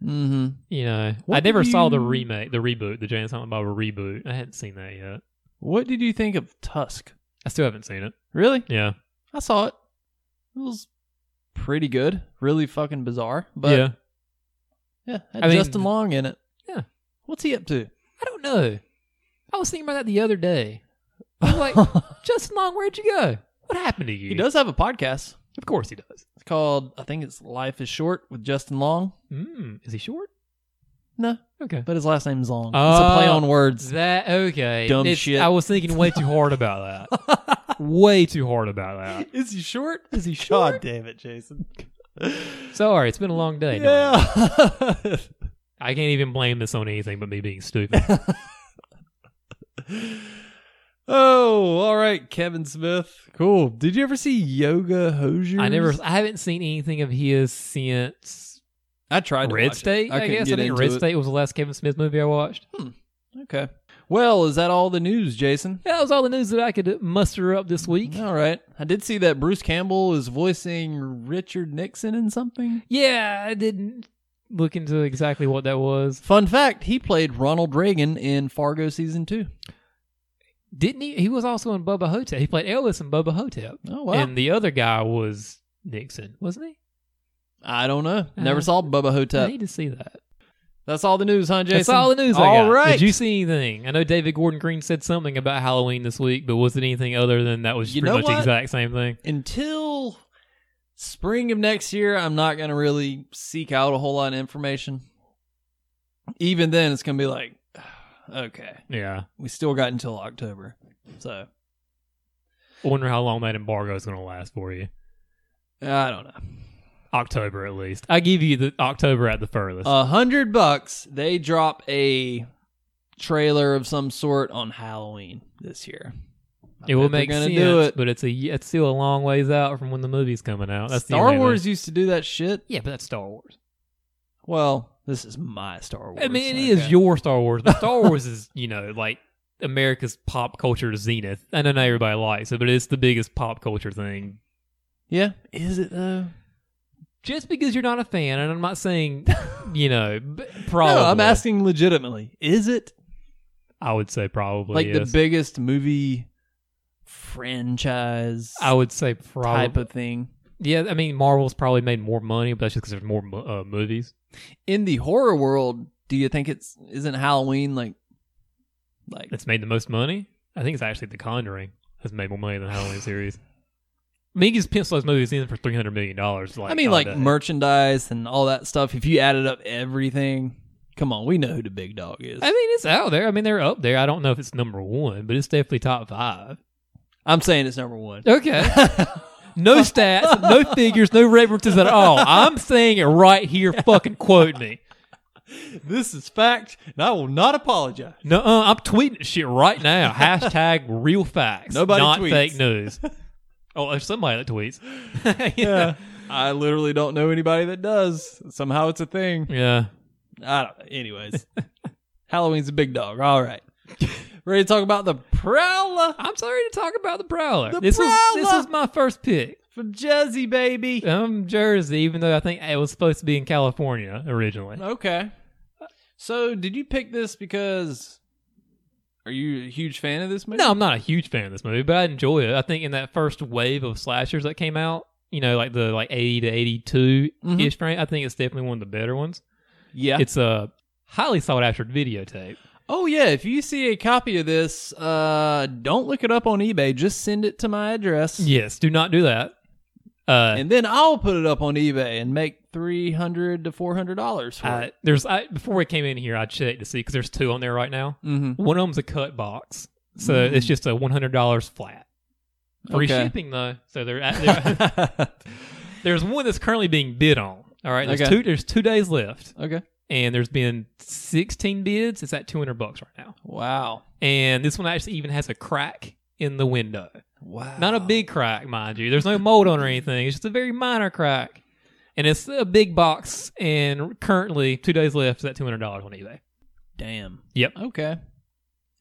Speaker 6: Mm-hmm.
Speaker 7: You know,
Speaker 6: What
Speaker 7: I never
Speaker 6: did
Speaker 7: saw the
Speaker 6: you-
Speaker 7: remake, the reboot, the James Silent Bob reboot. I hadn't seen that yet.
Speaker 6: What did you think of Tusk?
Speaker 7: I still haven't seen it.
Speaker 6: Really?
Speaker 7: Yeah,
Speaker 6: I saw it. It was pretty good. Really fucking bizarre. But
Speaker 7: yeah.
Speaker 6: yeah, had
Speaker 7: I mean-
Speaker 6: Justin Long in it.
Speaker 7: Yeah.
Speaker 6: What's he up to?
Speaker 7: I don't know. I was thinking about that the other day. I was like, Justin Long, where'd you go? What happened to you?
Speaker 6: he does have a podcast.
Speaker 7: Of course he does.
Speaker 6: It's called I think it's Life is Short with Justin Long.
Speaker 7: Mm, is he short?
Speaker 6: No,
Speaker 7: Okay.
Speaker 6: but his last name's Long. it's a
Speaker 7: Oh.
Speaker 6: play on words.
Speaker 7: That okay?
Speaker 6: Dumb
Speaker 7: It's-
Speaker 6: shit.
Speaker 7: I was thinking way too hard about that. way too hard about that.
Speaker 6: Is he short? Is he
Speaker 7: short?
Speaker 6: God damn it, Jason.
Speaker 7: Sorry, it's been a long day. Nolan.
Speaker 6: yeah.
Speaker 7: I can't even blame this on anything but me being stupid.
Speaker 6: oh, all right, Kevin Smith. Cool. Did you ever see Yoga Hosiers?
Speaker 7: I never, I haven't seen anything of his since
Speaker 6: I tried to
Speaker 7: Red
Speaker 6: watch it.
Speaker 7: State. I,
Speaker 6: couldn't
Speaker 7: guess I
Speaker 6: get
Speaker 7: think
Speaker 6: into
Speaker 7: Red
Speaker 6: it. Hmm.
Speaker 7: State was the last Kevin Smith movie I watched.
Speaker 6: Okay. Well, is that all the news, Jason?
Speaker 7: That was all the news that I could muster up this week.
Speaker 6: All right. I did see that Bruce Campbell is voicing Richard Nixon in something.
Speaker 7: Yeah, I didn't look into exactly what that was.
Speaker 6: Fun fact, he played Ronald Reagan in Fargo season 2.
Speaker 7: Didn't he? He was also in Bubba Hotep. He played Elvis in Bubba Hotep.
Speaker 6: Oh, wow.
Speaker 7: And the other guy was Nixon, wasn't he?
Speaker 6: I don't know. Never
Speaker 7: Uh,
Speaker 6: saw Bubba
Speaker 7: I
Speaker 6: Hotep.
Speaker 7: need to see that.
Speaker 6: That's all the news, huh, Jason?
Speaker 7: That's all the news. I
Speaker 6: All
Speaker 7: got.
Speaker 6: right.
Speaker 7: Did you see anything? I know David Gordon Green said something about Halloween this week, but was it anything other than that was
Speaker 6: You
Speaker 7: pretty
Speaker 6: know
Speaker 7: much
Speaker 6: what?
Speaker 7: the exact same thing?
Speaker 6: until spring of next year, I'm not going to really seek out a whole lot of information. Even then, it's going to be like, okay,
Speaker 7: Yeah.
Speaker 6: we still got until October. So
Speaker 7: I wonder how long that embargo is going to last for you.
Speaker 6: I don't know.
Speaker 7: October at least. I give you the October at the furthest.
Speaker 6: A hundred bucks, they drop a trailer of some sort on Halloween this year. I
Speaker 7: it will
Speaker 6: bet they're
Speaker 7: make
Speaker 6: gonna
Speaker 7: sense,
Speaker 6: do it.
Speaker 7: but it's a it's still a long ways out from when the movie's coming out. That's the
Speaker 6: Star
Speaker 7: only
Speaker 6: Wars
Speaker 7: thing.
Speaker 6: used to do that shit.
Speaker 7: Yeah, but that's Star Wars.
Speaker 6: Well, this is my Star Wars.
Speaker 7: I mean, it
Speaker 6: okay.
Speaker 7: is your Star Wars, but uh, Star Wars is you know like America's pop culture zenith. I know not everybody likes it, but it's the biggest pop culture thing.
Speaker 6: Yeah, is it though?
Speaker 7: Just because you're not a fan, and I'm not saying you know b- probably.
Speaker 6: No, I'm asking legitimately. Is it?
Speaker 7: I would say probably
Speaker 6: like
Speaker 7: yes.
Speaker 6: the biggest movie franchise
Speaker 7: I would say probably.
Speaker 6: type of thing.
Speaker 7: yeah, I mean, Marvel's probably made more money, but that's just because there's more mo- uh, movies.
Speaker 6: In the horror world, do you think it's isn't Halloween like like
Speaker 7: that's made the most money. I think it's actually The Conjuring has made more money than the Halloween series. I mean, you just pencil those movies in for three hundred million dollars. Like,
Speaker 6: I mean
Speaker 7: all
Speaker 6: like
Speaker 7: day.
Speaker 6: merchandise and all that stuff. If you added up everything, come on, we know who the big dog is.
Speaker 7: I mean, it's out there. I mean, they're up there. I don't know if it's number one, but it's definitely top five.
Speaker 6: I'm saying it's number one.
Speaker 7: Okay. no stats, no figures, no references at all. I'm saying it right here. Fucking quote me.
Speaker 6: this is fact, and I will not apologize.
Speaker 7: No, I'm tweeting shit right now. Hashtag real facts.
Speaker 6: Nobody
Speaker 7: not
Speaker 6: tweets.
Speaker 7: fake news. Oh, there's somebody that tweets.
Speaker 6: Yeah. I literally don't know anybody that does. Somehow it's a thing.
Speaker 7: Yeah.
Speaker 6: I don't know. Anyways, Halloween's a big dog. All right. Ready to talk about the Prowler
Speaker 7: I'm sorry to talk about the Prowler.
Speaker 6: The
Speaker 7: this was this
Speaker 6: Prowler!
Speaker 7: was my first pick.
Speaker 6: from Jersey, baby.
Speaker 7: Um, Jersey, even though I think it was supposed to be in California originally.
Speaker 6: Okay. So, did you pick this because are you a huge fan of this movie?
Speaker 7: No, I'm not a huge fan of this movie, but I enjoy it. I think in that first wave of slashers that came out, you know, like the like 80 to 82 ish frame, I think it's definitely one of the better ones.
Speaker 6: Yeah.
Speaker 7: It's a highly sought after videotape.
Speaker 6: oh yeah. If you see a copy of this, uh, don't look it up on eBay. Just send it to my address,
Speaker 7: Yes, do not do that. Uh,
Speaker 6: and then I'll put it up on eBay and make three hundred to four hundred dollars for
Speaker 7: I,
Speaker 6: it.
Speaker 7: there's I, before we came in here, I checked to see because there's two on there right now.
Speaker 6: Mm-hmm.
Speaker 7: One of them's a cut box, so it's just a one hundred dollars flat. Free
Speaker 6: Okay.
Speaker 7: shipping though, so they're, they're there's one that's currently being bid on. All right, there's
Speaker 6: Okay.
Speaker 7: two. There's two days left,
Speaker 6: okay.
Speaker 7: and there's been sixteen bids. It's at two hundred bucks right now,
Speaker 6: Wow.
Speaker 7: and this one actually even has a crack in the window.
Speaker 6: Wow.
Speaker 7: Not a big crack, mind you. There's no mold on or anything. It's just a very minor crack, and it's a big box. And currently, two days left is at two hundred dollars on eBay.
Speaker 6: damn.
Speaker 7: Yep.
Speaker 6: Okay.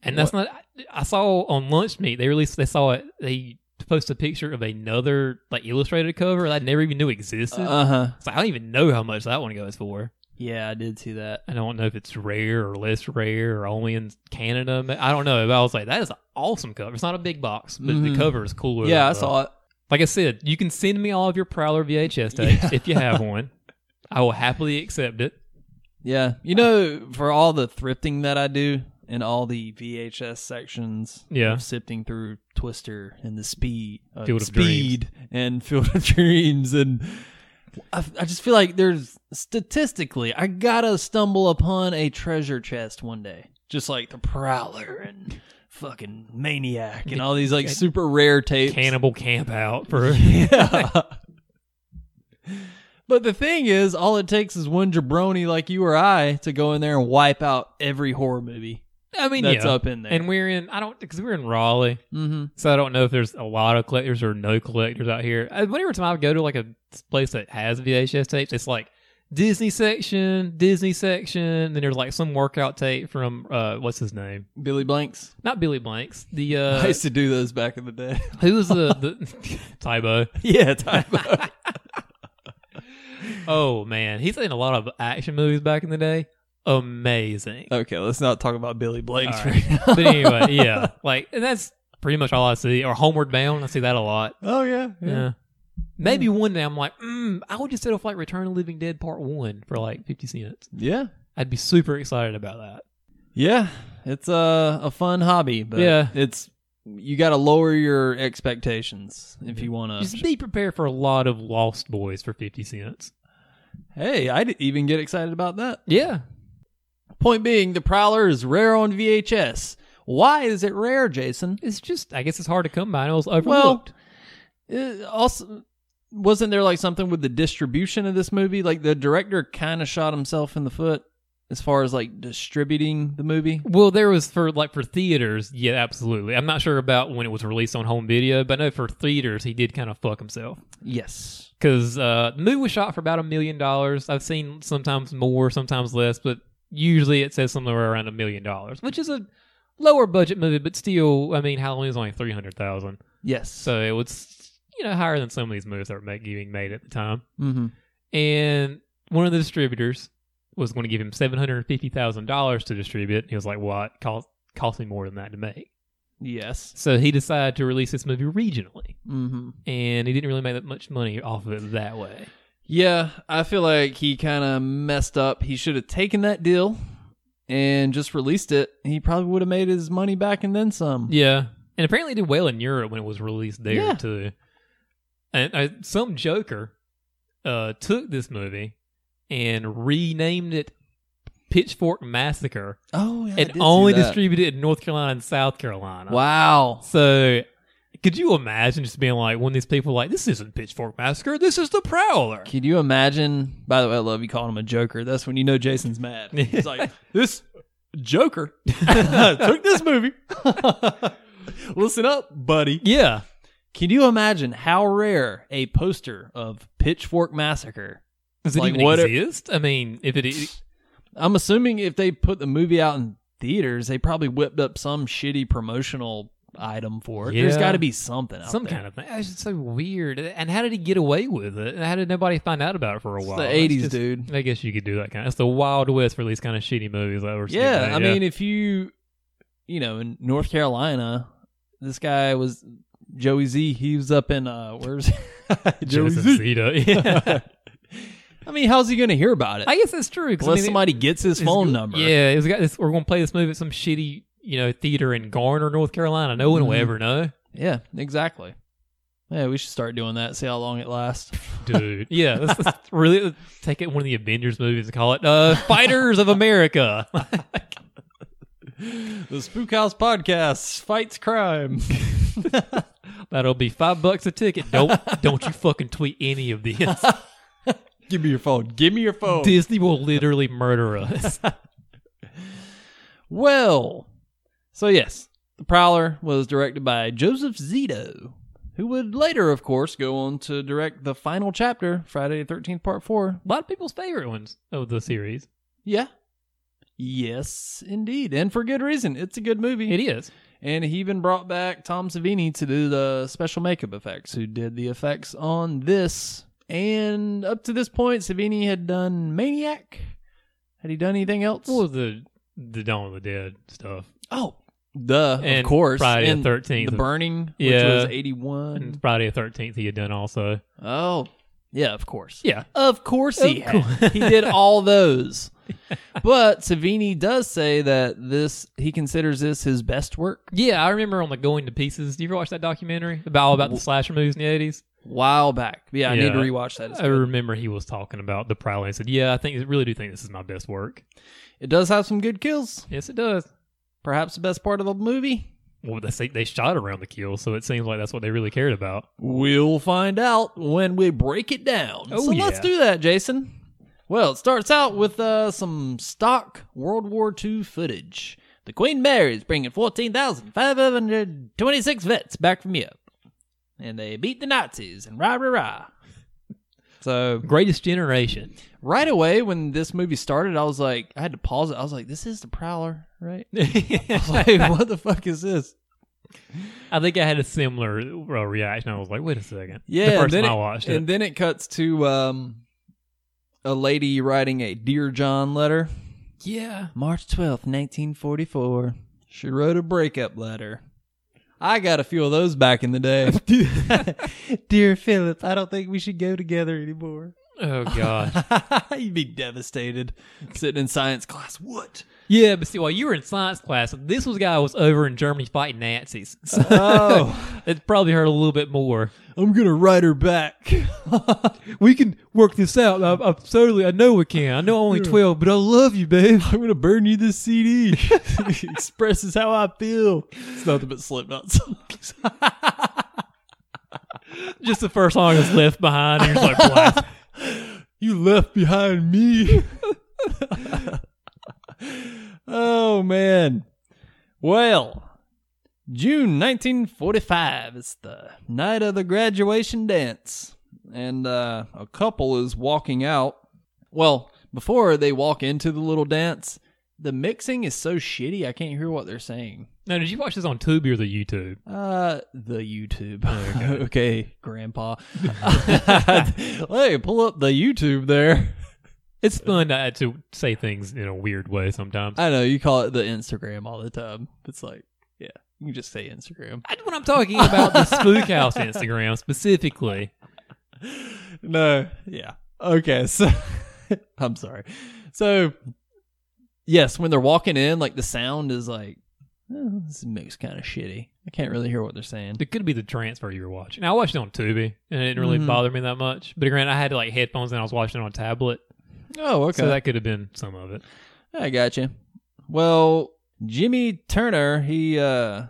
Speaker 7: And that's not. I, I saw on lunch meat they released. They saw it. They posted a picture of another like illustrated cover that I never even knew existed.
Speaker 6: Uh huh.
Speaker 7: so I don't even know how much that one goes for.
Speaker 6: Yeah, I did see that.
Speaker 7: I don't know if it's rare or less rare or only in Canada. ma- I don't know. But I was like, that is an awesome cover. It's not a big box, but
Speaker 6: Mhm.
Speaker 7: the cover is cooler.
Speaker 6: yeah,
Speaker 7: than
Speaker 6: I
Speaker 7: the-
Speaker 6: saw it.
Speaker 7: Like I said, you can send me all of your Prowler VHS tapes if you have one. I will happily accept it.
Speaker 6: Yeah, you know, for all the thrifting that I do and all the VHS sections,
Speaker 7: Yeah.
Speaker 6: of sifting through Twister and the Speed, uh,
Speaker 7: Field of
Speaker 6: Speed and Field of Dreams, and I, I just feel like there's statistically, I gotta stumble upon a treasure chest one day, just like the Prowler and fucking Maniac and all these like super rare tapes.
Speaker 7: Cannibal camp out for
Speaker 6: Yeah. but the thing is, all it takes is one jabroni like you or I to go in there and wipe out every horror movie.
Speaker 7: I mean
Speaker 6: That's
Speaker 7: yeah.
Speaker 6: up in there.
Speaker 7: And we're in I don't because we're in Raleigh.
Speaker 6: Mm-hmm.
Speaker 7: So I don't know if there's a lot of collectors or no collectors out here. Uh, Whenever time I go to like a place that has VHS tapes, it's like Disney section, Disney section. Then there's like some workout tape from uh, what's his name?
Speaker 6: Billy Blanks.
Speaker 7: Not Billy Blanks. The
Speaker 6: I
Speaker 7: uh,
Speaker 6: used to do those back in the day.
Speaker 7: who was the, the Tybo?
Speaker 6: yeah, Tybo.
Speaker 7: Oh man, he's in a lot of action movies back in the day. Amazing.
Speaker 6: okay, let's not talk about Billy Blanks.
Speaker 7: All
Speaker 6: right now.
Speaker 7: But anyway, yeah, like and that's pretty much all I see. Or Homeward Bound, I see that a lot.
Speaker 6: Oh yeah,
Speaker 7: Yeah. Maybe one day I'm like, mm, I would just settle for like Return of the Living Dead Part One for like fifty cents.
Speaker 6: yeah,
Speaker 7: I'd be super excited about that.
Speaker 6: yeah. It's uh, a a fun hobby, but
Speaker 7: Yeah.
Speaker 6: it's you got to lower your expectations if you want
Speaker 7: Just
Speaker 6: to.
Speaker 7: be prepared for a lot of Lost Boys for fifty cents.
Speaker 6: Hey, I didn't even get excited about that.
Speaker 7: Yeah,
Speaker 6: Point being, The Prowler is rare on VHS. Why is it rare, Jason?
Speaker 7: it's just I guess it's hard to come by. and It was
Speaker 6: Well,
Speaker 7: overlooked.
Speaker 6: uh, also, wasn't there like something with the distribution of this movie? Like the director kind of shot himself in the foot as far as like distributing the movie.
Speaker 7: Well, there was for like for theaters. Yeah, absolutely. I'm not sure about when it was released on home video, but I know for theaters he did kind of fuck himself.
Speaker 6: Yes.
Speaker 7: because uh, the movie was shot for about a million dollars. I've seen sometimes more, sometimes less, but usually it says somewhere around a million dollars, which is a lower budget movie, but still, I mean, Halloween is only three hundred thousand,
Speaker 6: Yes.
Speaker 7: so it was you know higher than some of these movies that were make, being made at the time.
Speaker 6: mm-hmm.
Speaker 7: And one of the distributors was going to give him seven hundred fifty thousand dollars to distribute. He was like, "What? Cost cost me more than that to make."
Speaker 6: Yes.
Speaker 7: So he decided to release this movie regionally,
Speaker 6: Mm-hmm.
Speaker 7: and he didn't really make that much money off of it that way.
Speaker 6: Yeah, I feel like he kind of messed up. He should have taken that deal and just released it. He probably would have made his money back and then some.
Speaker 7: Yeah, and apparently it did well in Europe when it was released there
Speaker 6: Yeah.
Speaker 7: too. And uh, some joker uh, took this movie and renamed it Pitchfork Massacre,
Speaker 6: Oh, yeah. I
Speaker 7: and
Speaker 6: did see
Speaker 7: only
Speaker 6: that.
Speaker 7: distributed it in North Carolina and South Carolina.
Speaker 6: Wow.
Speaker 7: So, could you imagine just being like one of these people, like this isn't Pitchfork Massacre, this is the Prowler.
Speaker 6: Can you imagine? By the way, I love you calling him a joker. That's when you know Jason's mad. He's like, this joker took this movie. Listen
Speaker 7: Oh,
Speaker 6: up, buddy.
Speaker 7: Yeah,
Speaker 6: Can you imagine how rare a poster of Pitchfork Massacre?
Speaker 7: does it
Speaker 6: Like,
Speaker 7: even
Speaker 6: what are-
Speaker 7: exist? I mean, if it is,
Speaker 6: I'm assuming if they put the movie out in theaters, they probably whipped up some shitty promotional item for it. There's
Speaker 7: Yeah.
Speaker 6: got to be something out
Speaker 7: some
Speaker 6: there.
Speaker 7: kind of thing. It's just so weird. And how did he get away with it? And how did nobody find out about it for a
Speaker 6: It's
Speaker 7: while?
Speaker 6: the
Speaker 7: That's
Speaker 6: 80s,
Speaker 7: just-
Speaker 6: dude.
Speaker 7: I guess you could do that kind. of It's the Wild West for these kind of shitty movies. That we're seeing
Speaker 6: Yeah,
Speaker 7: today,
Speaker 6: I mean, if you, you know, in North Carolina, this guy was Joey Z. He was up in uh, where's Joey
Speaker 7: Jason
Speaker 6: Z?
Speaker 7: Zeta. Yeah.
Speaker 6: I mean, how's he gonna hear about it
Speaker 7: I guess that's true. 'cause, I
Speaker 6: unless
Speaker 7: mean, it-
Speaker 6: somebody gets his
Speaker 7: it's
Speaker 6: phone
Speaker 7: go-
Speaker 6: number?
Speaker 7: Yeah, it's got this, we're going to play this movie at some Mm-hmm. shitty, you know, theater in Garner, North Carolina. No one will
Speaker 6: Mhm.
Speaker 7: ever know.
Speaker 6: yeah, exactly. Yeah, we should start doing that. See how long it lasts.
Speaker 7: dude. Yeah, let's, let's really let's take it one of the Avengers movies and call it uh, Fighters of America.
Speaker 6: the Spook House Podcast fights crime.
Speaker 7: That'll be five bucks a ticket. Don't don't you fucking tweet any of this.
Speaker 6: Give me your phone. Give me your phone.
Speaker 7: Disney will literally murder us.
Speaker 6: Well, so yes, The Prowler was directed by Joseph Zito, who would later, of course, go on to direct the final chapter, Friday the 13th, Part 4.
Speaker 7: A lot of people's favorite ones of the series.
Speaker 6: Yeah. Yes, indeed. And for good reason. It's a good movie.
Speaker 7: It is.
Speaker 6: And he even brought back Tom Savini to do the special makeup effects, who did the effects on this. And up to this point, Savini had done Maniac. Had he done anything else?
Speaker 7: What was the the Dawn of the Dead stuff?
Speaker 6: Oh, the
Speaker 7: And
Speaker 6: of course
Speaker 7: Friday the
Speaker 6: and
Speaker 7: 13th.
Speaker 6: the burning,
Speaker 7: Yeah.
Speaker 6: which was eighty one.
Speaker 7: And Friday the Thirteenth he had done also.
Speaker 6: Oh, yeah, of course.
Speaker 7: Yeah,
Speaker 6: Of course he
Speaker 7: Of course.
Speaker 6: had. he did all those. But Savini does say that this he considers this his best work.
Speaker 7: yeah. I remember on the Going to Pieces. Do you ever watch that documentary about all about the slasher movies in the eighties?
Speaker 6: While back, yeah, I need to
Speaker 7: Yeah.
Speaker 6: rewatch that. It's
Speaker 7: I
Speaker 6: good.
Speaker 7: remember he was talking about the Prowler and said, "Yeah, I think I really do think this is my best work."
Speaker 6: It does have some good kills.
Speaker 7: Yes, it does.
Speaker 6: Perhaps the best part of the movie.
Speaker 7: Well, they say they shot around the keel, so it seems like that's what they really cared about.
Speaker 6: We'll find out when we break it down.
Speaker 7: Oh,
Speaker 6: so let's
Speaker 7: yeah.
Speaker 6: do that, Jason. Well, it starts out with uh, some stock World War II footage. The Queen Mary is bringing 14,526 vets back from Europe. And they beat the Nazis and rah, rah, rah. So
Speaker 7: Greatest Generation.
Speaker 6: right away when this movie started, I was like, I had to pause it. I was like, this is the Prowler, right? I was like, what the fuck is this?
Speaker 7: I think I had a similar uh, reaction. I was like, "Wait a second.
Speaker 6: Yeah,
Speaker 7: the
Speaker 6: and
Speaker 7: first
Speaker 6: then
Speaker 7: time I
Speaker 6: it-
Speaker 7: watched
Speaker 6: and
Speaker 7: it.
Speaker 6: then it cuts to um, a lady writing a dear John letter.
Speaker 7: Yeah,
Speaker 6: March twelfth, nineteen forty four. She wrote a breakup letter. I got a few of those back in the day. dear Philip, I don't think we should go together anymore.
Speaker 7: Oh god.
Speaker 6: You'd be devastated sitting in science class. What?
Speaker 7: yeah, but see, while you were in science class, this was guy was over in Germany fighting Nazis. So
Speaker 6: Oh.
Speaker 7: it probably hurt a little bit more.
Speaker 6: I'm gonna write her back.
Speaker 7: We can work this out. I'm, I'm totally. I know we can. I know I'm only twelve, but I love you, babe.
Speaker 6: I'm gonna burn you this CD. Expresses how I feel. It's nothing but Slipknot songs.
Speaker 7: Just the first song is left behind. And you're just like, blast.
Speaker 6: You left behind me. oh man. Well, June 1945 It's the night of the graduation dance, and uh, a couple is walking out. Well, before they walk into the little dance, the mixing is so shitty I can't hear what they're saying.
Speaker 7: Now, did you watch this on Tubi or the YouTube?
Speaker 6: Uh, the YouTube. Okay, Grandpa. hey, pull up the YouTube there.
Speaker 7: It's fun to, uh, to say things in a weird way sometimes.
Speaker 6: I know you call it the Instagram all the time. It's like, yeah, you can just say Instagram.
Speaker 7: That's what I'm talking about. The Spook House Instagram specifically.
Speaker 6: No, yeah. Okay, so I'm sorry. So, yes, when they're walking in, like the sound is like, "Oh, this makes kind of shitty. I can't really hear what they're saying.
Speaker 7: It could be the transfer you were watching. Now, I watched it on Tubi, and it didn't really
Speaker 6: Mhm.
Speaker 7: bother me that much. But granted, I had like headphones and I was watching it on a tablet,
Speaker 6: Oh, okay.
Speaker 7: so that could have been some of it.
Speaker 6: I gotcha. Well, Jimmy Turner, he uh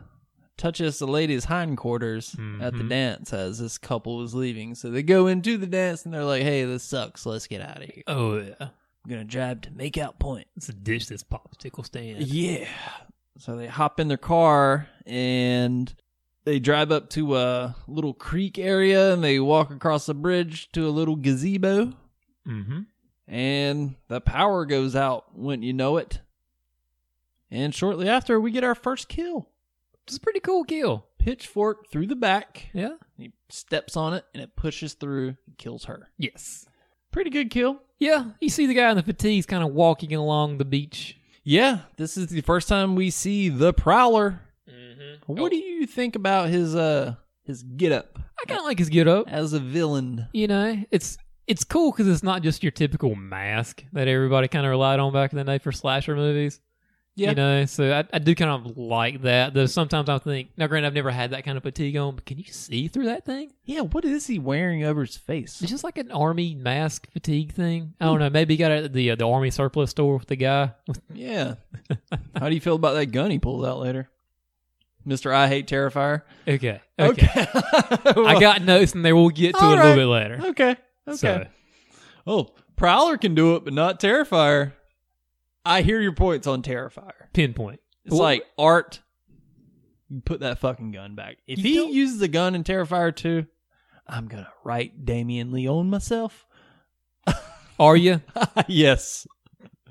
Speaker 6: touches the lady's hindquarters at the
Speaker 7: Mhm.
Speaker 6: dance as this couple is leaving. So they go into the dance and they're like, Hey, this sucks, let's get out of here.
Speaker 7: Oh yeah,
Speaker 6: I'm gonna drive to make out point.
Speaker 7: let's ditch this popsicle stand.
Speaker 6: Yeah. So they hop in their car and they drive up to a little creek area and they walk across the bridge to a little gazebo
Speaker 7: Mm-hmm.
Speaker 6: and the power goes out when you know it. And shortly after, we get our first kill.
Speaker 7: It's a pretty cool kill.
Speaker 6: Pitchfork through the back.
Speaker 7: Yeah.
Speaker 6: He steps on it and it pushes through and kills her.
Speaker 7: Yes.
Speaker 6: Pretty good kill.
Speaker 7: Yeah. You see the guy in the fatigues kind of walking along the beach.
Speaker 6: Yeah, this is the first time we see the Prowler.
Speaker 7: Mm-hmm.
Speaker 6: What do you think about his uh his get up
Speaker 7: I kind of like his get up.
Speaker 6: as a villain?
Speaker 7: You know, it's it's cool because it's not just your typical mask that everybody kind of relied on back in the day for slasher movies.
Speaker 6: Yeah.
Speaker 7: You know, so I, I do kind of like that. Though sometimes I think, now granted, I've never had that kind of fatigue on, but can you see through that thing?
Speaker 6: Yeah, what is he wearing over his face?
Speaker 7: It's just like an army mask fatigue thing.
Speaker 6: Hmm.
Speaker 7: I don't know. Maybe he got it at the uh, the army surplus store with the guy.
Speaker 6: Yeah. How do you feel about that gun he pulls out later? Mr. I Hate Terrifier.
Speaker 7: Okay. Okay. I got notes, and there we'll get to it a little
Speaker 6: Alright.
Speaker 7: bit later.
Speaker 6: Okay. Okay.
Speaker 7: So,
Speaker 6: Oh, Prowler can do it, but not Terrifier. I hear your points on Terrifier.
Speaker 7: pinpoint.
Speaker 6: It's like art. You put that fucking gun back. If he uses a gun in Terrifier 2, I'm gonna write Damien Leone myself.
Speaker 7: Are you?
Speaker 6: yes.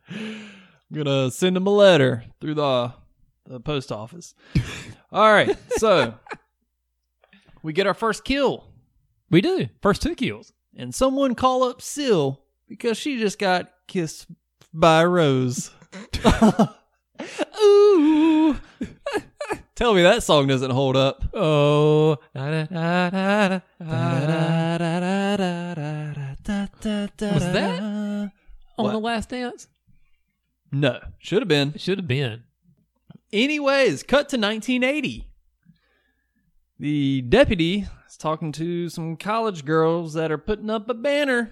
Speaker 6: I'm gonna send him a letter through the the post office. All right, so we get our first kill,
Speaker 7: We do. First two kills.
Speaker 6: and someone call up Syl because she just got kissed by a rose. Ooh. Tell me that song doesn't hold up.
Speaker 7: Oh. da, da, da, da, da, da.
Speaker 6: Was
Speaker 7: that- On the
Speaker 6: What?
Speaker 7: last dance?
Speaker 6: No, should have been.
Speaker 7: It should have been.
Speaker 6: Anyways, cut to 1980. The deputy is talking to some college girls that are putting up a banner.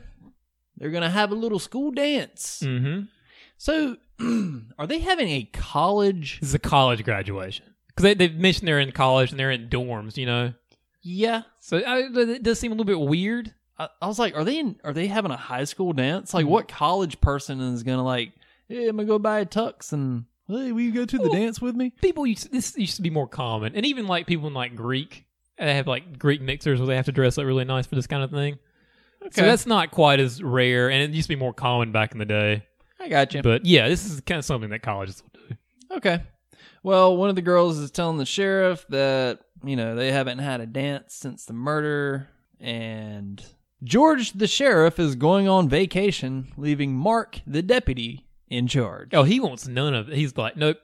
Speaker 6: They're going to have a little school dance.
Speaker 7: Mm-hmm.
Speaker 6: So, are they having a college?
Speaker 7: This is a college graduation. Because they, they've mentioned they're in college and they're in dorms, you know?
Speaker 6: Yeah.
Speaker 7: So I, but it does seem a little bit weird.
Speaker 6: I, I was like, are they in, are they having a high school dance? Like what college person is going to like, "Hey, I'm going to go buy a tux and hey, will you go to the
Speaker 7: Well,
Speaker 6: dance with me?"
Speaker 7: People used this used to be more common, and even like people in like Greek, they have like Greek mixers where they have to dress up really nice for this kind of thing. So
Speaker 6: Okay.
Speaker 7: that's not quite as rare, and it used to be more common back in the day.
Speaker 6: I got you.
Speaker 7: But yeah, this is kind of something that colleges will do.
Speaker 6: Okay. Well, one of the girls is telling the sheriff that, you know, they haven't had a dance since the murder. And George, the sheriff, is going on vacation, leaving Mark, the deputy, in charge.
Speaker 7: Oh, he wants none of it. He's like, nope,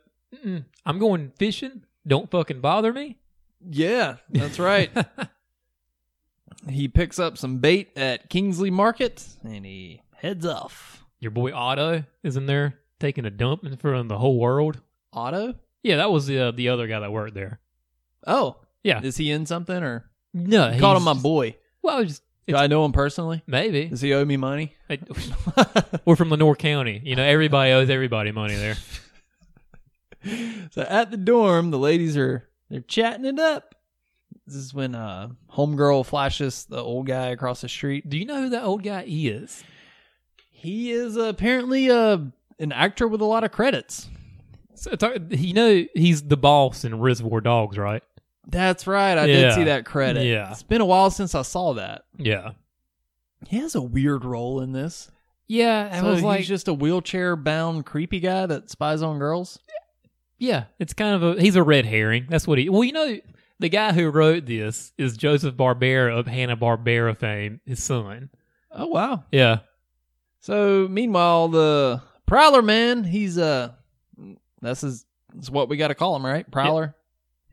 Speaker 7: mm-mm, I'm going fishing. Don't fucking bother me.
Speaker 6: Yeah, that's right. he picks up some bait at Kingsley Market and he heads off.
Speaker 7: Your boy Otto is in there taking a dump in front of the whole world.
Speaker 6: Otto?
Speaker 7: Yeah, that was the uh, the other guy that worked there.
Speaker 6: Oh,
Speaker 7: Yeah,
Speaker 6: is he in something or?
Speaker 7: no,
Speaker 6: I called him
Speaker 7: he's
Speaker 6: my
Speaker 7: just-
Speaker 6: boy.
Speaker 7: Well, just
Speaker 6: Do I know him personally?
Speaker 7: maybe
Speaker 6: Does he owe me money?
Speaker 7: Like, We're from Lenore County. You know, everybody owes everybody money there.
Speaker 6: So at the dorm, the ladies are they're chatting it up. This is when uh homegirl flashes the old guy across the street.
Speaker 7: Do you know who that old guy is?
Speaker 6: He is uh, apparently uh, an actor with a lot of credits.
Speaker 7: So, it's- you know, he's the boss in Reservoir Dogs, right?
Speaker 6: That's right, I did
Speaker 7: Yeah.
Speaker 6: see that credit.
Speaker 7: Yeah.
Speaker 6: It's been a while since I saw that.
Speaker 7: Yeah.
Speaker 6: He has a weird role in this.
Speaker 7: Yeah, I
Speaker 6: so
Speaker 7: was like,
Speaker 6: he's just a wheelchair bound creepy guy that spies on girls.
Speaker 7: yeah, it's kind of a he's a red herring. That's what he. Well, you know, the guy who wrote this is Joseph Barbera of Hanna Barbera fame, his son.
Speaker 6: Oh wow.
Speaker 7: Yeah,
Speaker 6: So meanwhile, the Prowler man, he's uh that's his that's what we gotta call him, right? Prowler.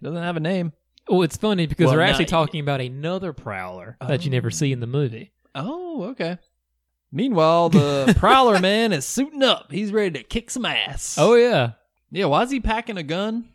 Speaker 6: He doesn't have a name.
Speaker 7: Well, it's funny because
Speaker 6: Well,
Speaker 7: they're
Speaker 6: no,
Speaker 7: actually
Speaker 6: it-
Speaker 7: talking about another prowler that you never see in the movie.
Speaker 6: Oh, okay. Meanwhile, the Prowler man is suiting up. He's ready to kick some ass.
Speaker 7: Oh yeah.
Speaker 6: yeah. Why is he packing a gun?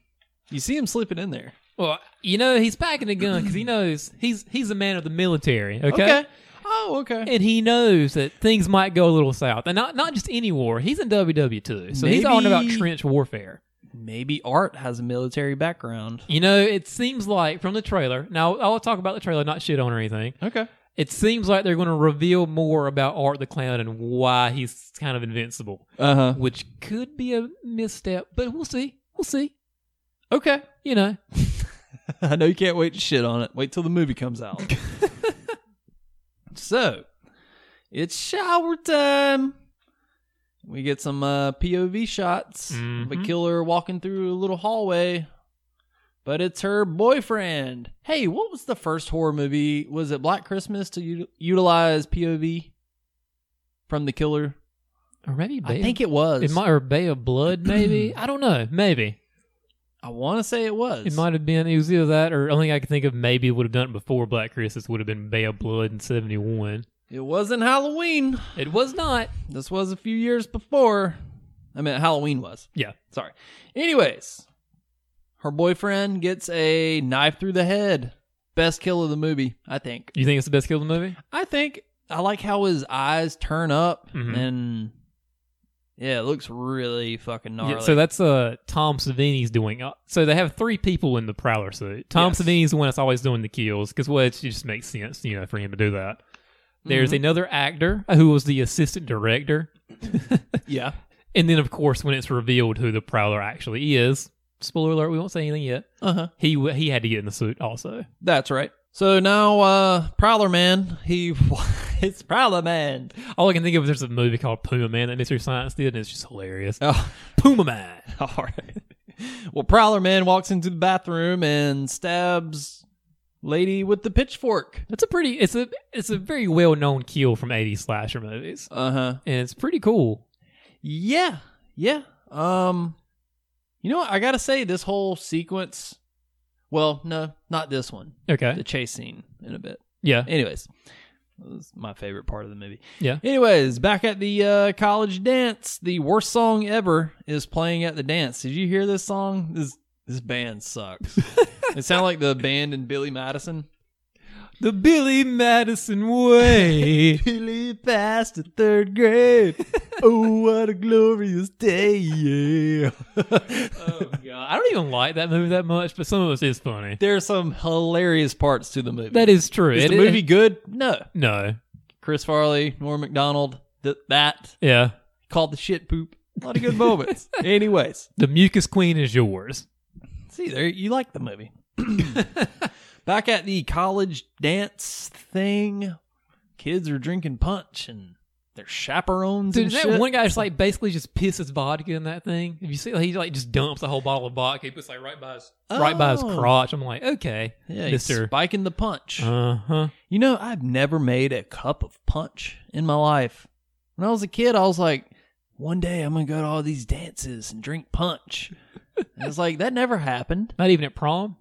Speaker 6: You see him slipping in there.
Speaker 7: Well, you know he's packing a gun because he knows he's he's a man of the military. Okay?
Speaker 6: Oh, okay.
Speaker 7: And he knows that things might go a little south, and not not just any war. He's in WW two, so he's all about
Speaker 6: Maybe-
Speaker 7: trench warfare.
Speaker 6: Maybe Art has a military background.
Speaker 7: You know, it seems like from the trailer. Now I'll talk about the trailer, not shit on or anything.
Speaker 6: Okay.
Speaker 7: It seems like they're going to reveal more about Art the Clown and why he's kind of invincible,
Speaker 6: Uh huh.
Speaker 7: which could be a misstep, but we'll see. We'll see.
Speaker 6: Okay.
Speaker 7: You know,
Speaker 6: I know you can't wait to shit on it. Wait till the movie comes out. so, it's shower time. We get some uh, POV shots of a
Speaker 7: Mhm.
Speaker 6: killer walking through a little hallway, but it's her boyfriend. Hey, what was the first horror movie? Was it Black Christmas to u- utilize POV from the killer?
Speaker 7: or maybe Bay
Speaker 6: I think it was.
Speaker 7: of, it might or Bay of Blood, maybe. I don't know. Maybe
Speaker 6: I want to say it was.
Speaker 7: It might have been. It was either that or only thing I could think of. Maybe would have done it before Black Christmas. Would have been Bay of Blood in '71.
Speaker 6: It wasn't Halloween.
Speaker 7: It was not.
Speaker 6: This was a few years before. I mean, Halloween was.
Speaker 7: Yeah.
Speaker 6: Sorry. Anyways, her boyfriend gets a knife through the head. Best kill of the movie, I think.
Speaker 7: You think it's the best kill of the movie?
Speaker 6: I think Mm-hmm. I like how his eyes turn up
Speaker 7: Mhm.
Speaker 6: and yeah, it looks really fucking gnarly.
Speaker 7: so that's uh Tom Savini's doing. Uh, so they have three people in the Prowler suit. Tom
Speaker 6: Yes.
Speaker 7: Savini's the one that's always doing the kills because well, it's- it just makes sense, you know, for him to do that. There's
Speaker 6: Mm-hmm.
Speaker 7: another actor who was the assistant director,
Speaker 6: yeah.
Speaker 7: and then of course when it's revealed who the Prowler actually is, spoiler alert, we won't say anything yet.
Speaker 6: Uh huh.
Speaker 7: He w- he had to get in the suit also.
Speaker 6: That's right. So now, uh, Prowler Man, he, it's Prowler Man.
Speaker 7: All I can think of is there's a movie called Puma Man that Mystery Science did, and it's just hilarious.
Speaker 6: Oh,
Speaker 7: Puma Man.
Speaker 6: all right. Well, Prowler Man walks into the bathroom and stabs lady with the pitchfork.
Speaker 7: That's a pretty. It's a it's a very well known kill from 80s slasher movies,
Speaker 6: Uh huh.
Speaker 7: and it's pretty cool.
Speaker 6: Yeah, yeah. Um, you know what? I gotta say, this whole sequence. Well, no, not this one. The
Speaker 7: Okay.
Speaker 6: chase scene in a bit.
Speaker 7: Yeah.
Speaker 6: Anyways, this is my favorite part of the movie.
Speaker 7: Yeah.
Speaker 6: Anyways, back at the uh, college dance, the worst song ever is playing at the dance. Did you hear this song? This this band sucks. it sounded like the band in Billy Madison.
Speaker 7: The Billy Madison way.
Speaker 6: Billy passed the third grade. oh, what a glorious day! Yeah.
Speaker 7: oh god. I don't even like that movie that much, but some of it is funny.
Speaker 6: there are some hilarious parts to the movie.
Speaker 7: That is true.
Speaker 6: is
Speaker 7: It-
Speaker 6: the
Speaker 7: it-
Speaker 6: movie good? No.
Speaker 7: no.
Speaker 6: Chris Farley, Norm Macdonald, th- that
Speaker 7: Yeah.
Speaker 6: called the shit poop. A lot of good moments. Anyways,
Speaker 7: The mucus queen is yours.
Speaker 6: see there, you like the movie. Back at the college dance thing, kids are drinking punch and they're chaperones
Speaker 7: Dude,
Speaker 6: and
Speaker 7: that
Speaker 6: shit.
Speaker 7: one guy just like basically just pisses vodka in that thing. If you see, like, he like just dumps a whole bottle of vodka. He puts like right by his right by his
Speaker 6: Oh.
Speaker 7: crotch. I'm like, okay,
Speaker 6: yeah, he's
Speaker 7: Mister.
Speaker 6: spiking the punch.
Speaker 7: Uh huh.
Speaker 6: You know, I've never made a cup of punch in my life. When I was a kid, I was like, one day I'm going to go to all these dances and drink punch. and it's like, that never happened.
Speaker 7: Not even at prom.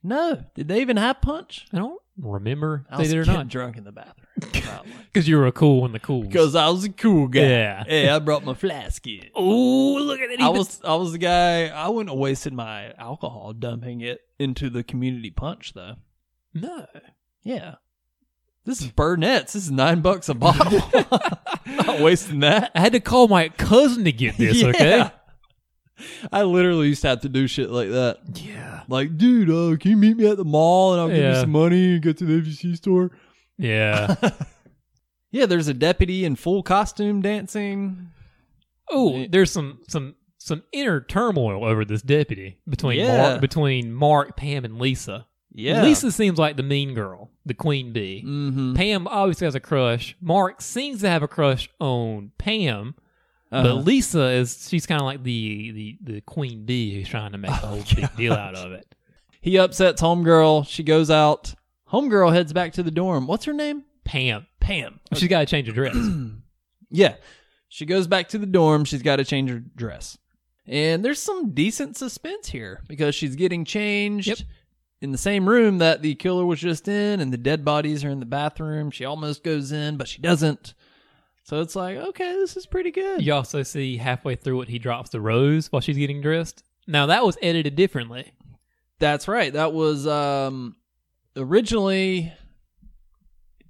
Speaker 6: No. Did they even have punch?
Speaker 7: I don't remember
Speaker 6: I
Speaker 7: if they
Speaker 6: was
Speaker 7: did or
Speaker 6: getting
Speaker 7: not.
Speaker 6: drunk in the bathroom.
Speaker 7: Because you were a cool one, the cool.
Speaker 6: Because I was a cool guy.
Speaker 7: Yeah.
Speaker 6: Hey, I brought my flask in.
Speaker 7: oh, look at it.
Speaker 6: I was I was the guy I wouldn't have wasted my alcohol dumping it into the community punch though.
Speaker 7: no.
Speaker 6: Yeah. This is Burnett's. This is nine bucks a bottle. Not wasting that.
Speaker 7: I had to call my cousin to get this. Okay.
Speaker 6: I literally used to have to do shit like that.
Speaker 7: Yeah.
Speaker 6: Like, dude, uh, can you meet me at the mall and I'll give
Speaker 7: Yeah.
Speaker 6: you some money and get to the ABC store?
Speaker 7: Yeah.
Speaker 6: Yeah, there's a deputy in full costume dancing.
Speaker 7: oh, there's some some some inner turmoil over this deputy between
Speaker 6: Yeah.
Speaker 7: Mark between Mark, Pam, and Lisa.
Speaker 6: Yeah.
Speaker 7: Lisa seems like the mean girl, the queen bee.
Speaker 6: Mm-hmm.
Speaker 7: Pam obviously has a crush. Mark seems to have a crush on Pam, but
Speaker 6: Uh-huh.
Speaker 7: Lisa is she's kind of like the, the the queen bee who's trying to make a
Speaker 6: Oh,
Speaker 7: whole big deal out of it.
Speaker 6: He upsets Homegirl. She goes out. Homegirl heads back to the dorm. What's her name?
Speaker 7: Pam,
Speaker 6: Pam.
Speaker 7: she's got to change her dress.
Speaker 6: Yeah. She goes back to the dorm. She's got to change her dress. And there's some decent suspense here because she's getting changed
Speaker 7: Yep.
Speaker 6: in the same room that the killer was just in, and the dead bodies are in the bathroom. She almost goes in, but she doesn't. So it's like, okay, this is pretty good.
Speaker 7: you also see halfway through it, he drops the rose while she's getting dressed. Now that was edited differently.
Speaker 6: That's right. That was um originally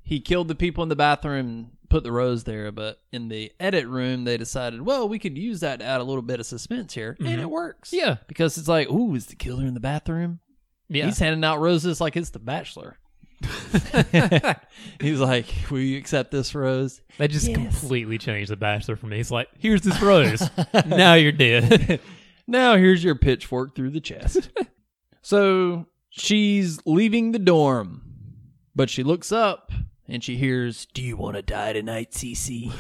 Speaker 6: he killed the people in the bathroom, and put the rose there, but in the edit room they decided, well, we could use that to add a little bit of suspense here, and it works.
Speaker 7: Mm-hmm. Yeah,
Speaker 6: Because it's like, ooh, is the killer in the bathroom?
Speaker 7: yeah.
Speaker 6: He's handing out roses like it's the bachelor. He's like, Will you accept this rose?
Speaker 7: that just completely changed the Bachelor for me. It's like, here's this rose. now you're dead.
Speaker 6: Now here's your pitchfork through the chest. so she's leaving the dorm, but she looks up and she hears, Do you want to die tonight, Cece?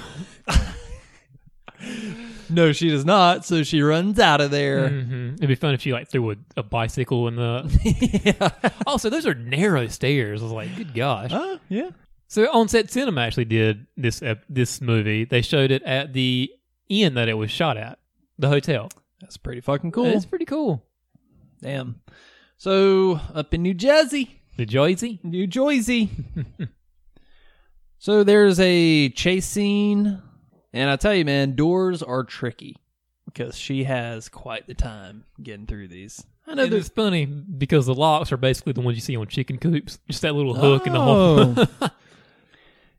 Speaker 6: no, she does not. So she runs out of there.
Speaker 7: hmm It'd be fun if she like threw a, a bicycle in the.
Speaker 6: yeah.
Speaker 7: also, Oh, those are narrow stairs. I was like, good gosh.
Speaker 6: Oh, yeah.
Speaker 7: So on set cinema actually did this ep- this movie. They showed it at the inn that it was shot at, the hotel.
Speaker 6: That's pretty fucking cool.
Speaker 7: It's pretty cool.
Speaker 6: Damn. So up in New Jersey,
Speaker 7: The Jersey.
Speaker 6: New Jersey. so there's a chase scene, And I tell you, man, doors are tricky because she has quite the time getting through these.
Speaker 7: I know it's funny because the locks are basically the ones you see on chicken coops. Just that little hook in the
Speaker 6: Oh.
Speaker 7: hole.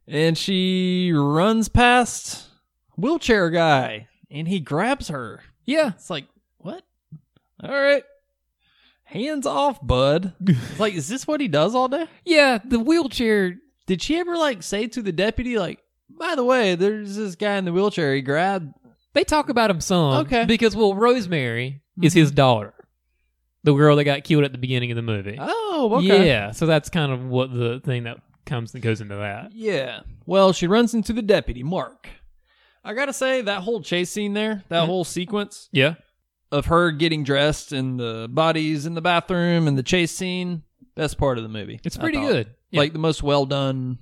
Speaker 6: And she runs past wheelchair guy and he grabs her.
Speaker 7: yeah.
Speaker 6: It's like, what? All right. Hands off, bud. It's like, is this what he does all day?
Speaker 7: Yeah. The wheelchair.
Speaker 6: Did she ever like say to the deputy, like, by the way, there's this guy in the wheelchair he grabbed?
Speaker 7: They talk about him some.
Speaker 6: Okay. Mm-hmm.
Speaker 7: Because, well, Rosemary is his daughter, the girl that got killed at the beginning of the movie.
Speaker 6: Oh, okay.
Speaker 7: Yeah. So that's kind of what the thing that comes and goes into that.
Speaker 6: Yeah. Well, she runs into the deputy, Mark. I gotta say, that whole chase scene there, that whole sequence,
Speaker 7: Yeah.
Speaker 6: of her getting dressed and the bodies in the bathroom and the chase scene best part of the movie
Speaker 7: It's
Speaker 6: I
Speaker 7: pretty
Speaker 6: thought.
Speaker 7: good. Yeah.
Speaker 6: like the most well done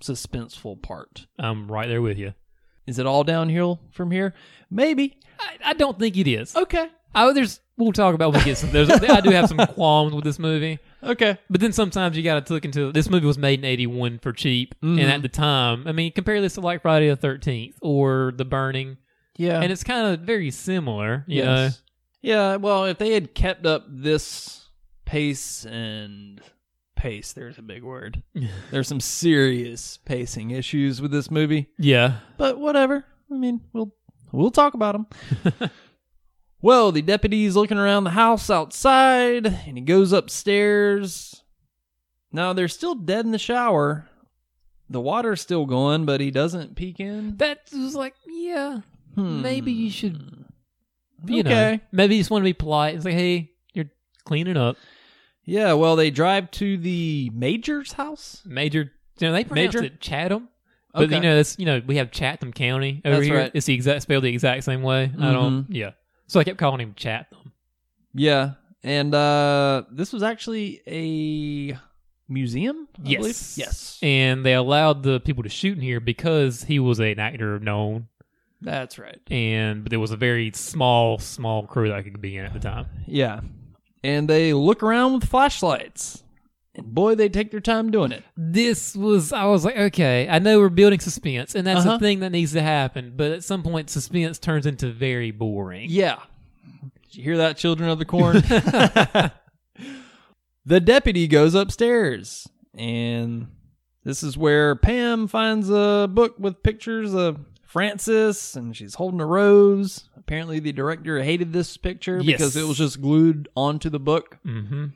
Speaker 6: suspenseful part
Speaker 7: I'm right there with you.
Speaker 6: is it all downhill from here maybe
Speaker 7: I, I don't think it is.
Speaker 6: okay
Speaker 7: Oh, there's. We'll talk about when we get some. There's, I do have some qualms with this movie,
Speaker 6: okay
Speaker 7: but then sometimes you got to look into this movie was made in '81 for cheap,
Speaker 6: Mhm.
Speaker 7: and at the time, I mean, compare this to like Friday the Thirteenth or The Burning,
Speaker 6: yeah
Speaker 7: and it's kind of very similar. You
Speaker 6: yeah well if they had kept up this pace and pace there's a big word there's some serious pacing issues with this movie
Speaker 7: know? Yeah.
Speaker 6: but whatever. I mean, we'll we'll talk about him. well, the deputy's looking around the house outside, and he goes upstairs. Now they're still dead in the shower. The water's still going, but he doesn't peek in.
Speaker 7: That was like, yeah,
Speaker 6: Hmm.
Speaker 7: maybe you should. You know,
Speaker 6: Okay.
Speaker 7: maybe you just want to be polite. It's like, hey, you're cleaning up,
Speaker 6: Yeah. Well, they drive to the major's house.
Speaker 7: Major. You know, they pronounced
Speaker 6: Major?
Speaker 7: it Chatham. But you know, that's you know, we have Chatham County over
Speaker 6: That's
Speaker 7: here.
Speaker 6: right. Mm-hmm.
Speaker 7: It's the exact spelled the exact same way. I don't. Yeah. So I kept calling him Chatham.
Speaker 6: Yeah. And uh, this was actually a museum. I believe? Yes.
Speaker 7: And they allowed the people to shoot in here because he was an actor known,
Speaker 6: That's right.
Speaker 7: and but there was a very small, small crew that could be in at the time.
Speaker 6: Yeah. And they look around with flashlights. And boy, they take their time doing it.
Speaker 7: This was I was like, okay, I know we're building suspense, and that's a
Speaker 6: Uh-huh.
Speaker 7: thing that needs to happen. But at some point, suspense turns into very boring.
Speaker 6: Yeah. Did you hear that, children of the corn? the deputy goes upstairs. And this is where Pam finds a book with pictures of Francis and she's holding a rose. Apparently, the director hated this picture
Speaker 7: Yes.
Speaker 6: because it was just glued onto the book.
Speaker 7: Mm-hmm.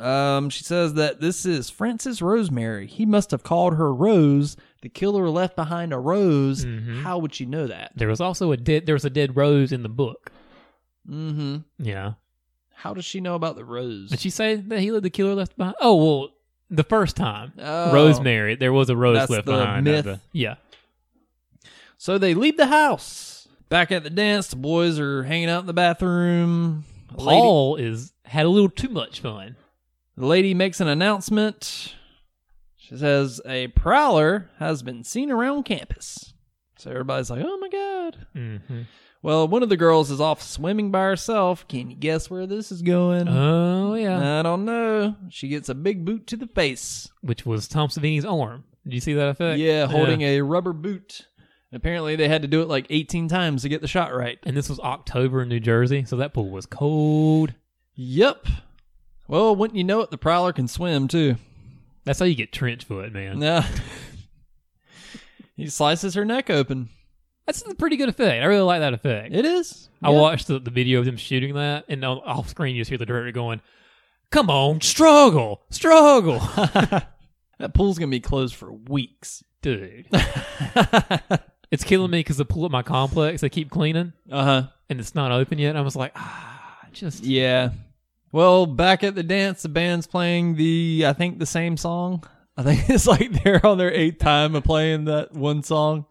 Speaker 6: Um, she says that this is Francis Rosemary. He must have called her Rose. The killer left behind a rose.
Speaker 7: Mhm.
Speaker 6: How would she know that?
Speaker 7: There was also a dead. There was a dead rose in the book.
Speaker 6: Mm-hmm.
Speaker 7: Yeah.
Speaker 6: How does she know about the rose?
Speaker 7: Did she say that he let the killer left behind? Oh well, the first time
Speaker 6: Oh.
Speaker 7: Rosemary, there was a rose
Speaker 6: That's
Speaker 7: left
Speaker 6: the
Speaker 7: behind.
Speaker 6: myth.
Speaker 7: The- yeah,
Speaker 6: so they leave the house. Back at the dance, the boys are hanging out in the bathroom. A lady-
Speaker 7: Paul is had a little too much fun.
Speaker 6: The lady makes an announcement. She says a prowler has been seen around campus. So everybody's like, "Oh my god!"
Speaker 7: Mm-hmm.
Speaker 6: Well, one of the girls is off swimming by herself. Can you guess where this is going?
Speaker 7: Oh yeah,
Speaker 6: I don't know. She gets a big boot to the face.
Speaker 7: which was Tom Savini's arm. Did you see that effect?
Speaker 6: Yeah, holding a rubber boot. Apparently, they had to do it like 18 times to get the shot right.
Speaker 7: And this was October in New Jersey, so that pool was cold.
Speaker 6: Yep. Well, wouldn't you know it, the Prowler can swim too.
Speaker 7: That's how you get trench foot, man.
Speaker 6: Yeah. he slices her neck open.
Speaker 7: That's a pretty good effect. I really like that effect.
Speaker 6: It is.
Speaker 7: I
Speaker 6: Yeah.
Speaker 7: watched the, the video of them shooting that, and on, off screen you just hear the director going, "Come on, struggle, struggle."
Speaker 6: That pool's going to be closed for weeks.
Speaker 7: dude.
Speaker 6: uh
Speaker 7: It's killing me because the pool at my complex, they keep cleaning
Speaker 6: huh.
Speaker 7: and it's not open yet. I was like, ah, just
Speaker 6: Yeah. Well, back at the dance, the band's playing the I think the same song. I think it's like they're on their eighth time of playing that one song.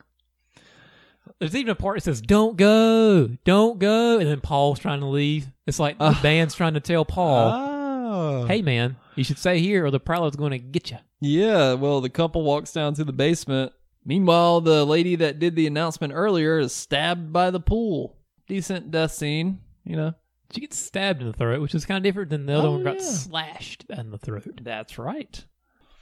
Speaker 7: there's even a part that says, "Don't go, don't go," and then Paul's trying to leave. It's like the band's trying to tell Paul,
Speaker 6: Oh.
Speaker 7: "Hey, man, you should stay here, or the prowler's going to get you."
Speaker 6: Yeah, well, the couple walks down to the basement. Meanwhile, the lady that did the announcement earlier is stabbed by the pool. Decent death scene, you know.
Speaker 7: She gets stabbed in the throat, which is kind of different than the other
Speaker 6: Oh,
Speaker 7: one got
Speaker 6: yeah.
Speaker 7: slashed in the throat.
Speaker 6: That's right.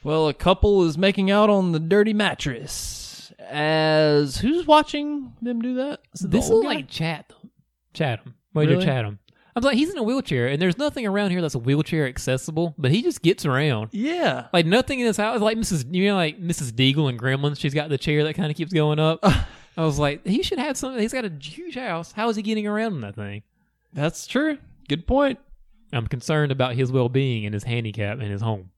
Speaker 6: Well, a couple is making out on the dirty mattress as who's watching them do that? Is it the
Speaker 7: This is
Speaker 6: old guy?
Speaker 7: like Chatham. Chatham. Major
Speaker 6: Really?
Speaker 7: Chatham. I was like, he's in a wheelchair, and there's nothing around here that's wheelchair accessible, but he just gets around.
Speaker 6: yeah.
Speaker 7: Like nothing in his house, like Mrs. You know, like Mrs. Deagle and Gremlins. She's got the chair that kind of keeps going up. I was like, he should have something. He's got a huge house. How is he getting around in that thing?
Speaker 6: That's true. Good point.
Speaker 7: I'm concerned about his well-being and his handicap and his home.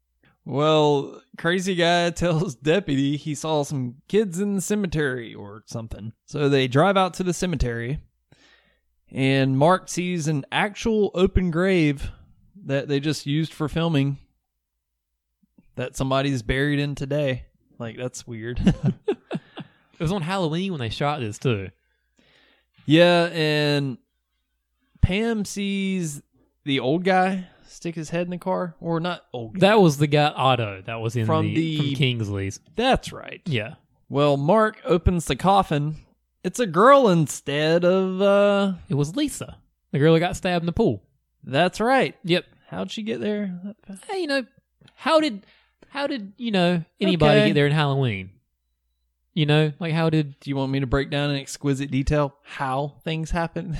Speaker 6: Well, crazy guy tells deputy he saw some kids in the cemetery or something. So they drive out to the cemetery, and Mark sees an actual open grave that they just used for filming that somebody's buried in today. Like, that's weird.
Speaker 7: It was on Halloween when they shot this too.
Speaker 6: yeah, and Pam sees the old guy stick his head in the car, or not old guy.
Speaker 7: That was the guy Otto. That was in
Speaker 6: From
Speaker 7: the,
Speaker 6: the-
Speaker 7: from Kingsley's.
Speaker 6: that's right.
Speaker 7: Yeah,
Speaker 6: Well, Mark opens the coffin. It's a girl instead of uh
Speaker 7: it was Lisa, the girl who got stabbed in the pool.
Speaker 6: that's right.
Speaker 7: Yep.
Speaker 6: How'd she get there? that fast?
Speaker 7: Hey, you know, how did how did you know anybody
Speaker 6: Okay.
Speaker 7: get there in Halloween? You know, like how did
Speaker 6: Do you want me to break down in exquisite detail how things happen?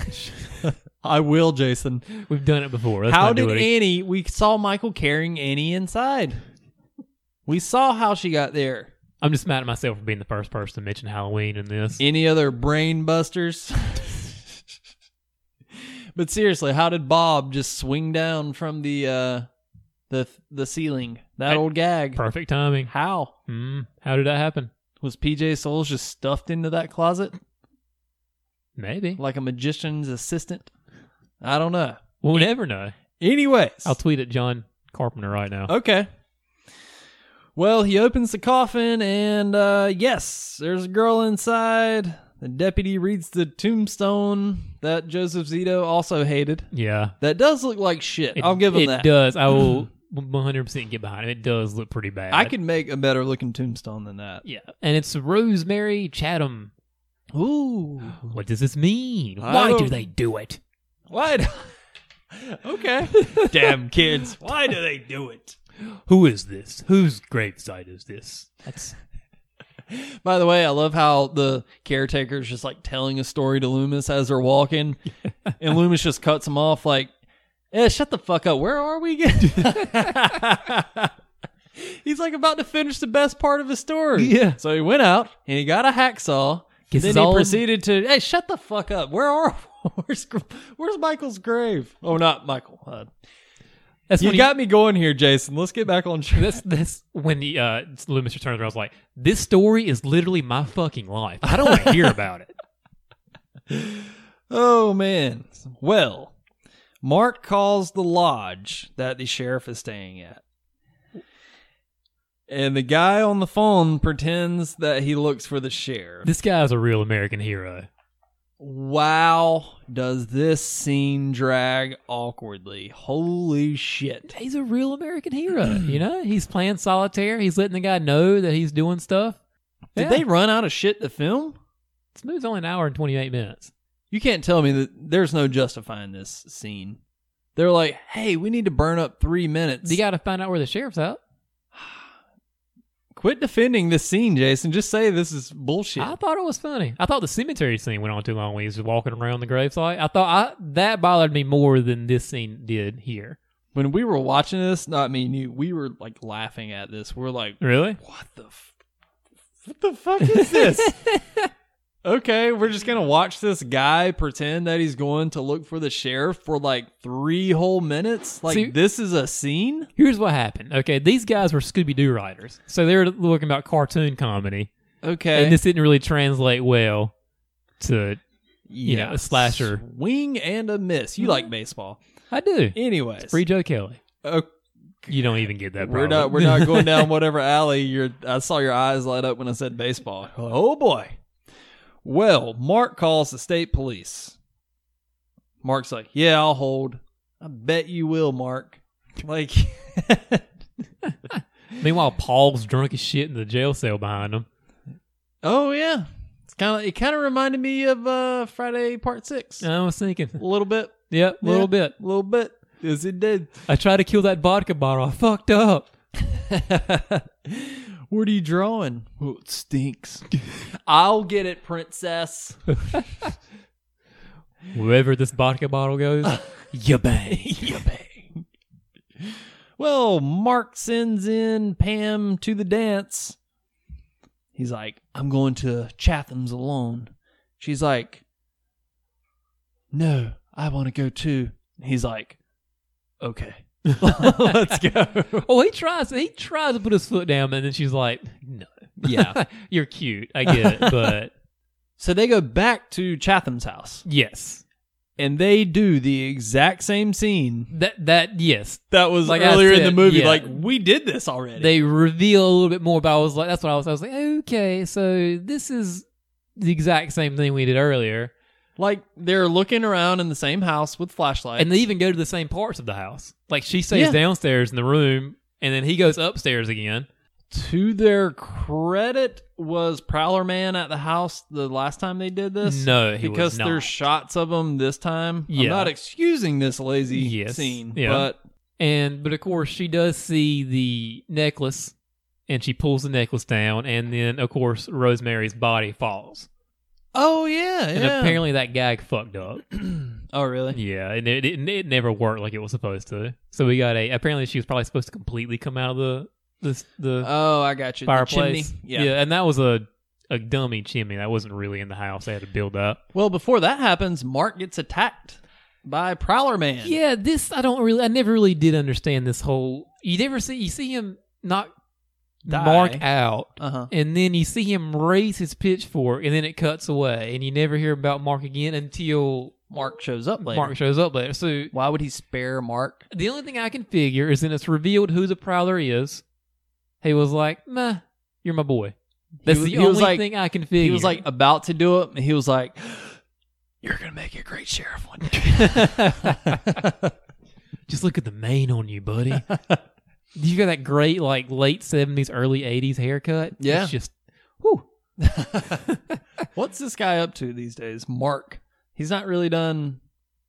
Speaker 6: I will, Jason.
Speaker 7: we've done it before? Let's
Speaker 6: how
Speaker 7: not do
Speaker 6: did
Speaker 7: it again.
Speaker 6: Annie we saw Michael carrying Annie inside. We saw how she got there.
Speaker 7: I'm just mad at myself for being the first person to mention Halloween in this.
Speaker 6: Any other brain busters? but seriously, how did Bob just swing down from the uh the the ceiling? That
Speaker 7: I-
Speaker 6: old gag.
Speaker 7: Perfect timing.
Speaker 6: How?
Speaker 7: Hmm. how did that happen?
Speaker 6: Was PJ Souls just stuffed into that closet
Speaker 7: Maybe
Speaker 6: like a magician's assistant? I don't know.
Speaker 7: we'll never know.
Speaker 6: Anyways.
Speaker 7: I'll tweet at John Carpenter right now.
Speaker 6: okay. Well, he opens the coffin and uh yes, there's a girl inside. The deputy reads the tombstone that Joseph Zito also hated.
Speaker 7: Yeah,
Speaker 6: That does look like shit.
Speaker 7: It-
Speaker 6: I'll give him
Speaker 7: it
Speaker 6: that.
Speaker 7: does. I will 100 percent get behind it. It does look pretty bad.
Speaker 6: I could make a better looking tombstone than that.
Speaker 7: Yeah, and it's Rosemary Chatham.
Speaker 6: Ooh.
Speaker 7: What does this mean?
Speaker 6: I
Speaker 7: Why do
Speaker 6: don't-
Speaker 7: they do it?
Speaker 6: What? okay.
Speaker 7: Damn kids!
Speaker 6: Why do they do it?
Speaker 7: Who is this? Whose gravesite is this? That's
Speaker 6: By the way, I love how the caretaker's just like telling a story to Loomis as they're walking, and Loomis just cuts him off like, "Eh, shut the fuck up. Where are we again?" He's like about to finish the best part of his story.
Speaker 7: Yeah.
Speaker 6: So he went out and he got a hacksaw.
Speaker 7: Gets
Speaker 6: then
Speaker 7: his
Speaker 6: he
Speaker 7: own-
Speaker 6: proceeded to, "Hey, shut the fuck up. Where are where's where's Michael's grave? Oh, not Michael. Uh,
Speaker 7: that's
Speaker 6: you
Speaker 7: when he-
Speaker 6: got me going here, Jason. Let's get back on track.
Speaker 7: That's that's when the uh, Loomis returns around. I was like, this story is literally my fucking life. I don't want to hear about it.
Speaker 6: Oh man. Well, Mark calls the lodge that the sheriff is staying at. And the guy on the phone pretends that he looks for the sheriff.
Speaker 7: This guy's a real American hero.
Speaker 6: Wow, does this scene drag awkwardly. Holy shit.
Speaker 7: He's a real American hero. you know, he's playing solitaire. He's letting the guy know that he's doing stuff.
Speaker 6: Did
Speaker 7: Yeah.
Speaker 6: they run out of shit to film?
Speaker 7: This movie's only an hour and twenty eight minutes.
Speaker 6: You can't tell me that there's no justifying this scene. They're like, hey, we need to burn up three minutes.
Speaker 7: You got to find out where the sheriff's at.
Speaker 6: Quit defending this scene, Jason. Just say this is bullshit.
Speaker 7: I thought it was funny. I thought the cemetery scene went on too long when he was just walking around the gravesite. I thought I, that bothered me more than this scene did here.
Speaker 6: when we were watching this, not me and you, we were like laughing at this. We're like,
Speaker 7: Really?
Speaker 6: what the, f- what the fuck is this? okay, we're just gonna watch this guy pretend that he's going to look for the sheriff for like three whole minutes. Like
Speaker 7: See-
Speaker 6: this is a scene.
Speaker 7: Here's what happened. Okay, these guys were Scooby Doo writers, so they were looking about cartoon comedy,
Speaker 6: Okay,
Speaker 7: and this didn't really translate well to. you know, a slasher. Mm-hmm.
Speaker 6: wing and a miss. You like baseball,
Speaker 7: I do.
Speaker 6: anyways.
Speaker 7: Free Joe Kelly.
Speaker 6: okay.
Speaker 7: You don't even get that.
Speaker 6: We're not we're
Speaker 7: probably.
Speaker 6: not going down whatever alley you're I saw your eyes light up when I said baseball. Oh boy. Well, Mark calls the state police. Mark's like, Yeah, I'll hold. I bet you will, Mark. Like
Speaker 7: Meanwhile, Paul's drunk as shit in the jail cell behind him.
Speaker 6: Oh yeah. It's kinda it kinda reminded me of uh Friday part six.
Speaker 7: I was thinking,
Speaker 6: A little bit.
Speaker 7: yep, a little
Speaker 6: Yeah,
Speaker 7: bit.
Speaker 6: A little bit. Yes it did.
Speaker 7: I tried to kill that vodka bottle. I fucked up.
Speaker 6: What are you drawing? Well, it stinks. I'll get it, princess.
Speaker 7: Wherever this vodka bottle goes, you bang.
Speaker 6: Yeah, bang. Well, Mark sends in Pam to the dance. He's like, I'm going to Chatham's alone. She's like, No, I want to go too. He's like, Okay. Let's go.
Speaker 7: Oh, he tries. He tries to put his foot down, and then she's like, "No,
Speaker 6: Yeah.
Speaker 7: you're cute. I get it, but
Speaker 6: So they go back to Chatham's house
Speaker 7: yes,
Speaker 6: and they do the exact same scene
Speaker 7: that that yes,
Speaker 6: that was
Speaker 7: Like I
Speaker 6: earlier in
Speaker 7: said,
Speaker 6: the movie.
Speaker 7: yeah.
Speaker 6: Like, we did this already.
Speaker 7: they reveal a little bit more. But I was like, that's what I was. I was like, okay, so this is the exact same thing we did earlier,
Speaker 6: Like they're looking around in the same house with flashlights.
Speaker 7: and they even go to the same parts of the house. Like she stays
Speaker 6: Yeah.
Speaker 7: downstairs in the room, and then he goes upstairs again.
Speaker 6: to their credit, was Prowler Man at the house the last time they did this?
Speaker 7: No, he was
Speaker 6: because
Speaker 7: not.
Speaker 6: there's shots of him this time. I'm
Speaker 7: Yeah.
Speaker 6: not excusing this lazy
Speaker 7: Yes.
Speaker 6: scene,
Speaker 7: Yeah.
Speaker 6: but
Speaker 7: And but of course she does see the necklace and she pulls the necklace down and then of course Rosemary's body falls.
Speaker 6: oh yeah,
Speaker 7: And
Speaker 6: yeah.
Speaker 7: apparently that gag fucked up.
Speaker 6: oh really?
Speaker 7: yeah, and it, it it never worked like it was supposed to. So we got a apparently she was probably supposed to completely come out of the the the
Speaker 6: Oh, I got you. The
Speaker 7: fireplace.
Speaker 6: chimney? Yeah.
Speaker 7: and that was a a dummy chimney that wasn't really in the house. They had to build up.
Speaker 6: Well, before that happens, Mark gets attacked by Prowler Man.
Speaker 7: Yeah, this I don't really I never really did understand this whole you never see you see him knock
Speaker 6: Die.
Speaker 7: Mark out
Speaker 6: Uh huh.
Speaker 7: and then you see him raise his pitchfork, and then it cuts away, and you never hear about Mark again until
Speaker 6: Mark shows up later.
Speaker 7: Mark shows up later. So
Speaker 6: Why would he spare Mark?
Speaker 7: the only thing I can figure is then it's revealed who the Prowler is. He was like, "Meh, you're my boy." That's
Speaker 6: wa-
Speaker 7: the
Speaker 6: he was
Speaker 7: only
Speaker 6: like-
Speaker 7: thing I can figure.
Speaker 6: He was like about to do it, and he was like, "You're gonna make a great sheriff one day."
Speaker 7: "Just look at the mane on you, buddy. you got that great like late seventies, early eighties haircut.
Speaker 6: Yeah.
Speaker 7: it's just whew.
Speaker 6: What's this guy up to these days? Mark. He's not really done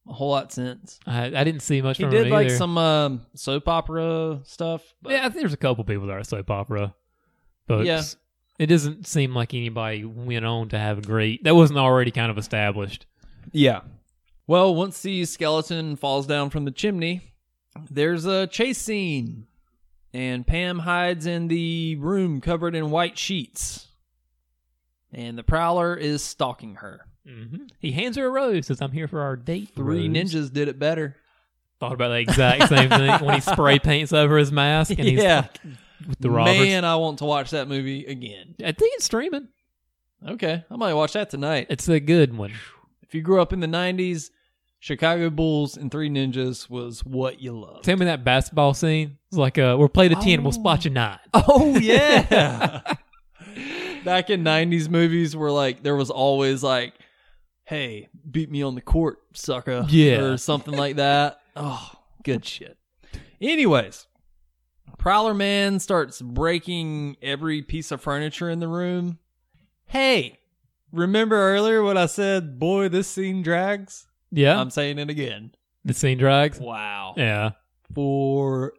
Speaker 6: a whole lot since.
Speaker 7: I, I didn't see much.
Speaker 6: He
Speaker 7: from
Speaker 6: did
Speaker 7: him
Speaker 6: like
Speaker 7: either.
Speaker 6: some um, soap opera stuff. But
Speaker 7: yeah, I think there's a couple people that are soap opera folks.
Speaker 6: Yeah.
Speaker 7: It doesn't seem like anybody went on to have a great. That wasn't already kind of established.
Speaker 6: Yeah. Well, once the skeleton falls down from the chimney, there's a chase scene, and Pam hides in the room covered in white sheets, and the prowler is stalking her.
Speaker 7: Mm-hmm. He hands her a rose. Says, "I'm here for our date."
Speaker 6: Three
Speaker 7: Rose."
Speaker 6: ninjas did it better.
Speaker 7: thought about the exact same thing when he spray paints over his mask and he's
Speaker 6: yeah,
Speaker 7: with the robbers.
Speaker 6: man, I want to watch that movie again.
Speaker 7: I think it's streaming.
Speaker 6: Okay, I might watch that tonight.
Speaker 7: It's a good one.
Speaker 6: If you grew up in the '90s, Chicago Bulls and Three Ninjas was what you loved.
Speaker 7: Tell me that basketball scene. It's like, uh, we'll play to ten, we'll spot you nine.
Speaker 6: Oh yeah. Back in '90s movies, where like there was always like, "Hey, beat me on the court, sucker,"
Speaker 7: Yeah.
Speaker 6: or something like that. Oh, good shit. Anyways, Prowler Man starts breaking every piece of furniture in the room. Hey, remember earlier when I said, "Boy, this scene drags."
Speaker 7: Yeah,
Speaker 6: I'm saying it again.
Speaker 7: the scene drags.
Speaker 6: Wow.
Speaker 7: Yeah,
Speaker 6: Eh, Forever.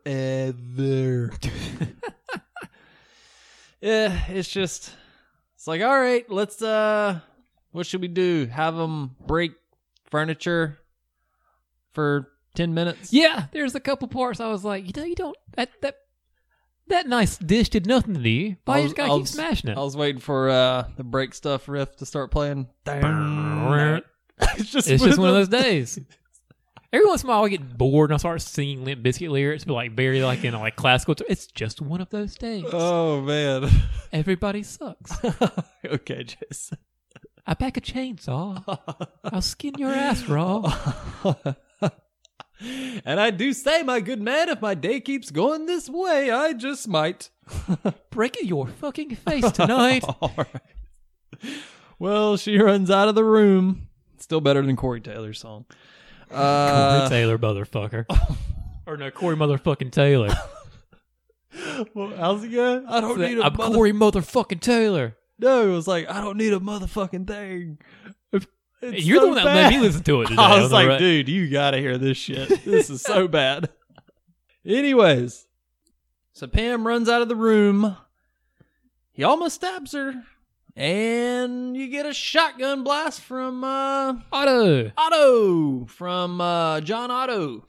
Speaker 6: yeah, it's just it's like all right, let's uh what should we do? Have them break furniture for 10 minutes?
Speaker 7: yeah. There's a couple parts I was like, you know, you don't that that that nice dish did nothing to you. Why
Speaker 6: I
Speaker 7: you
Speaker 6: was-
Speaker 7: just gotta
Speaker 6: I
Speaker 7: keep
Speaker 6: was-
Speaker 7: smashing it?
Speaker 6: I was waiting for uh the break stuff riff to start playing. It's just
Speaker 7: it's just one of those days. Every once in a while, I get bored and I start singing Limp Bizkit lyrics, but like very like in a like classical. t- it's just one of those days.
Speaker 6: Oh man.
Speaker 7: Everybody sucks.
Speaker 6: okay, Jason.
Speaker 7: I pack a chainsaw. I'll skin your ass raw.
Speaker 6: and I do say, my good man, if my day keeps going this way, I just might.
Speaker 7: Break your fucking face tonight.
Speaker 6: All right. Well, she runs out of the room. Still better than Corey Taylor's song.
Speaker 7: Corey
Speaker 6: Uh,
Speaker 7: Taylor, motherfucker. or no, Corey motherfucking Taylor.
Speaker 6: well, how's it go? I don't need a
Speaker 7: I'm
Speaker 6: mother-
Speaker 7: Corey motherfucking Taylor.
Speaker 6: No, it was like I don't need a motherfucking thing. It's so
Speaker 7: You're the one that
Speaker 6: bad.
Speaker 7: made me listen to it. Today
Speaker 6: I
Speaker 7: on
Speaker 6: was
Speaker 7: the
Speaker 6: like,
Speaker 7: ra-
Speaker 6: dude, you gotta hear this shit. This is so bad. Anyways, so Pam runs out of the room, He almost stabs her, and you get a shotgun blast from uh,
Speaker 7: Otto.
Speaker 6: Otto from uh, John Otto.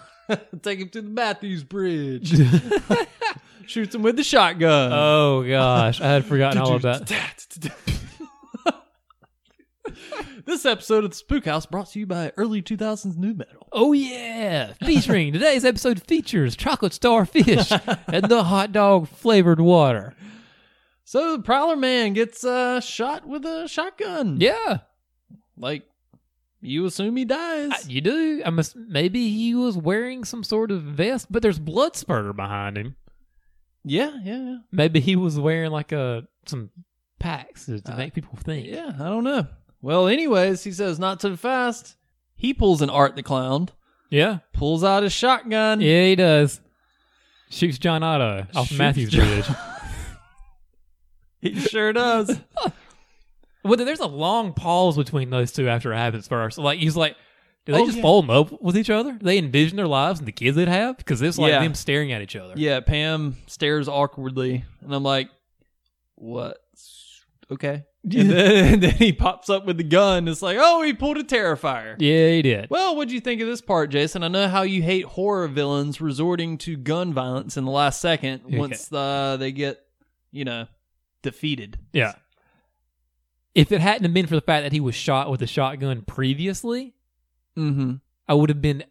Speaker 6: Take him to the Matthews Bridge. Uh, Shoots him with the shotgun.
Speaker 7: Oh gosh, I had forgotten all of that.
Speaker 6: this episode of the Spook House brought to you by early 2000s new metal.
Speaker 7: Oh yeah, featuring today's episode features chocolate starfish and the hot dog flavored water.
Speaker 6: So the Prowler Man gets uh, shot with a shotgun.
Speaker 7: Yeah,
Speaker 6: Like, you assume he dies.
Speaker 7: I- you do. I must. Maybe he was wearing some sort of vest, but there's blood spurter behind him.
Speaker 6: yeah, yeah,
Speaker 7: Maybe he was wearing like a some packs to, to
Speaker 6: Uh,
Speaker 7: make people
Speaker 6: yeah.
Speaker 7: think.
Speaker 6: Yeah, I don't know. Well, anyways, he says, not so fast. He pulls an Art the Clown,
Speaker 7: yeah,
Speaker 6: pulls out his shotgun.
Speaker 7: yeah. He does. Shoots John Otto off
Speaker 6: Shoots
Speaker 7: Matthews
Speaker 6: John-
Speaker 7: Bridge.
Speaker 6: He sure does.
Speaker 7: Well, there's a long pause between those two after it happens first. Like he's like, do they
Speaker 6: Oh,
Speaker 7: just
Speaker 6: yeah.
Speaker 7: fall in love with each other? Do they envision their lives and the kids they'd have because it's like
Speaker 6: Yeah.
Speaker 7: them staring at each other.
Speaker 6: yeah, Pam stares awkwardly, and I'm like, what? Okay. And then, and then he pops up with the gun. It's like, oh, he pulled a Terrifier.
Speaker 7: yeah, he did.
Speaker 6: Well, what'd you think of this part, Jason? I know how you hate horror villains resorting to gun violence in the last second
Speaker 7: Okay.
Speaker 6: once uh, they get, you know, defeated.
Speaker 7: Yeah. If it hadn't have been for the fact that he was shot with a shotgun previously,
Speaker 6: Mm-hmm.
Speaker 7: I would have been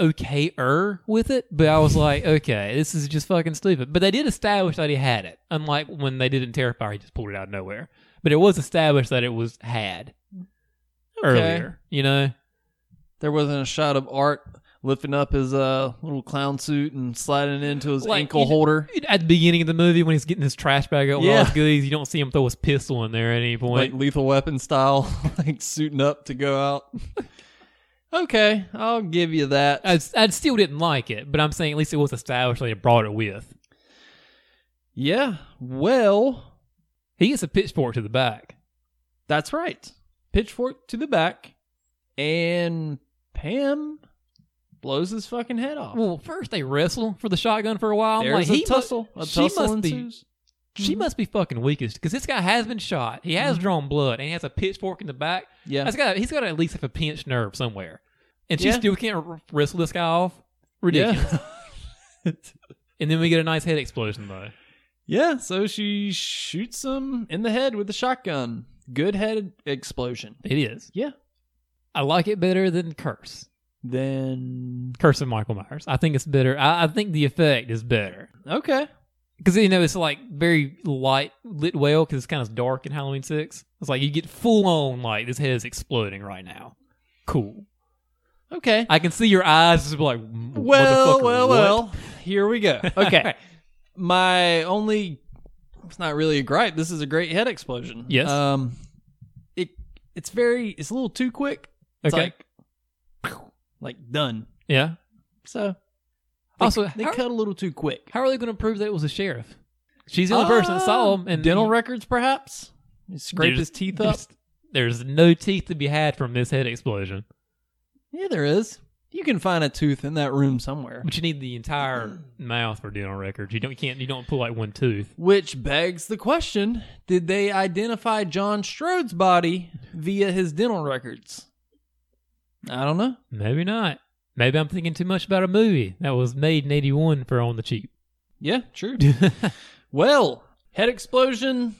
Speaker 7: okay er with it. But I was like, okay, this is just fucking stupid. But they did establish that he had it. Unlike when they didn't terrify, he just pulled it out of nowhere. But it was established that it was had earlier. You know?
Speaker 6: There wasn't a shot of Art lifting up his uh, little clown suit and sliding into his
Speaker 7: Like,
Speaker 6: ankle
Speaker 7: you-
Speaker 6: holder.
Speaker 7: At the beginning of the movie, when he's getting his trash bag out with all
Speaker 6: Yeah.
Speaker 7: his goodies, you don't see him throw his pistol in there at any
Speaker 6: Like
Speaker 7: point.
Speaker 6: lethal weapon style, like suiting up to go out. okay, I'll give you that.
Speaker 7: I, I still didn't like it, but I'm saying at least it was established that they brought it with.
Speaker 6: yeah, well,
Speaker 7: He gets a pitchfork to the back.
Speaker 6: That's right. Pitchfork to the back, and Pam blows his fucking head off.
Speaker 7: Well, first they wrestle for the shotgun for a while. I'm
Speaker 6: There's
Speaker 7: like,
Speaker 6: a
Speaker 7: he mu-
Speaker 6: tussle. a
Speaker 7: she
Speaker 6: tussle
Speaker 7: must be-
Speaker 6: ensues.
Speaker 7: She
Speaker 6: Mm-hmm.
Speaker 7: must be fucking weakest because this guy has been shot. He has drawn blood and he has a pitchfork in the back.
Speaker 6: Yeah.
Speaker 7: That's got he's got to at least have a pinched nerve somewhere, and she
Speaker 6: Yeah.
Speaker 7: still can't r- wrestle this guy off. Ridiculous.
Speaker 6: yeah.
Speaker 7: And then we get a nice head explosion though.
Speaker 6: yeah. So she shoots him in the head with the shotgun. Good head explosion.
Speaker 7: It is.
Speaker 6: Yeah.
Speaker 7: I like it better than Curse.
Speaker 6: Then
Speaker 7: Curse of Michael Myers. I think it's better. I, I think the effect is better
Speaker 6: okay.
Speaker 7: because you know it's like very light lit well because it's kind of dark in Halloween Six. It's like you get full on like this head is exploding right now. Cool.
Speaker 6: Okay.
Speaker 7: I can see your eyes just be like, "M-
Speaker 6: well,
Speaker 7: motherfucker,
Speaker 6: well,
Speaker 7: what?"
Speaker 6: well. Here we go. Okay. my only it's not really a gripe this is a great head explosion
Speaker 7: Yes.
Speaker 6: um it it's very it's a little too quick it's
Speaker 7: Okay.
Speaker 6: like pew, like done
Speaker 7: yeah.
Speaker 6: so they,
Speaker 7: Also,
Speaker 6: they
Speaker 7: how,
Speaker 6: cut a little too quick
Speaker 7: how are they going to prove that it was a sheriff? She's the only person that
Speaker 6: Uh,
Speaker 7: saw him. And
Speaker 6: dental records perhaps You scrape
Speaker 7: There's-
Speaker 6: his teeth up
Speaker 7: There's no teeth to be had from this head explosion.
Speaker 6: yeah there is you can find a tooth in that room somewhere
Speaker 7: But you need the entire mouth for dental records. You don't you can't you don't pull like one tooth.
Speaker 6: which begs the question did they identify john strode's body via his dental records i don't know
Speaker 7: Maybe not. Maybe I'm thinking too much about a movie that was made in '81 for on the cheap.
Speaker 6: Yeah, true. well, head explosion,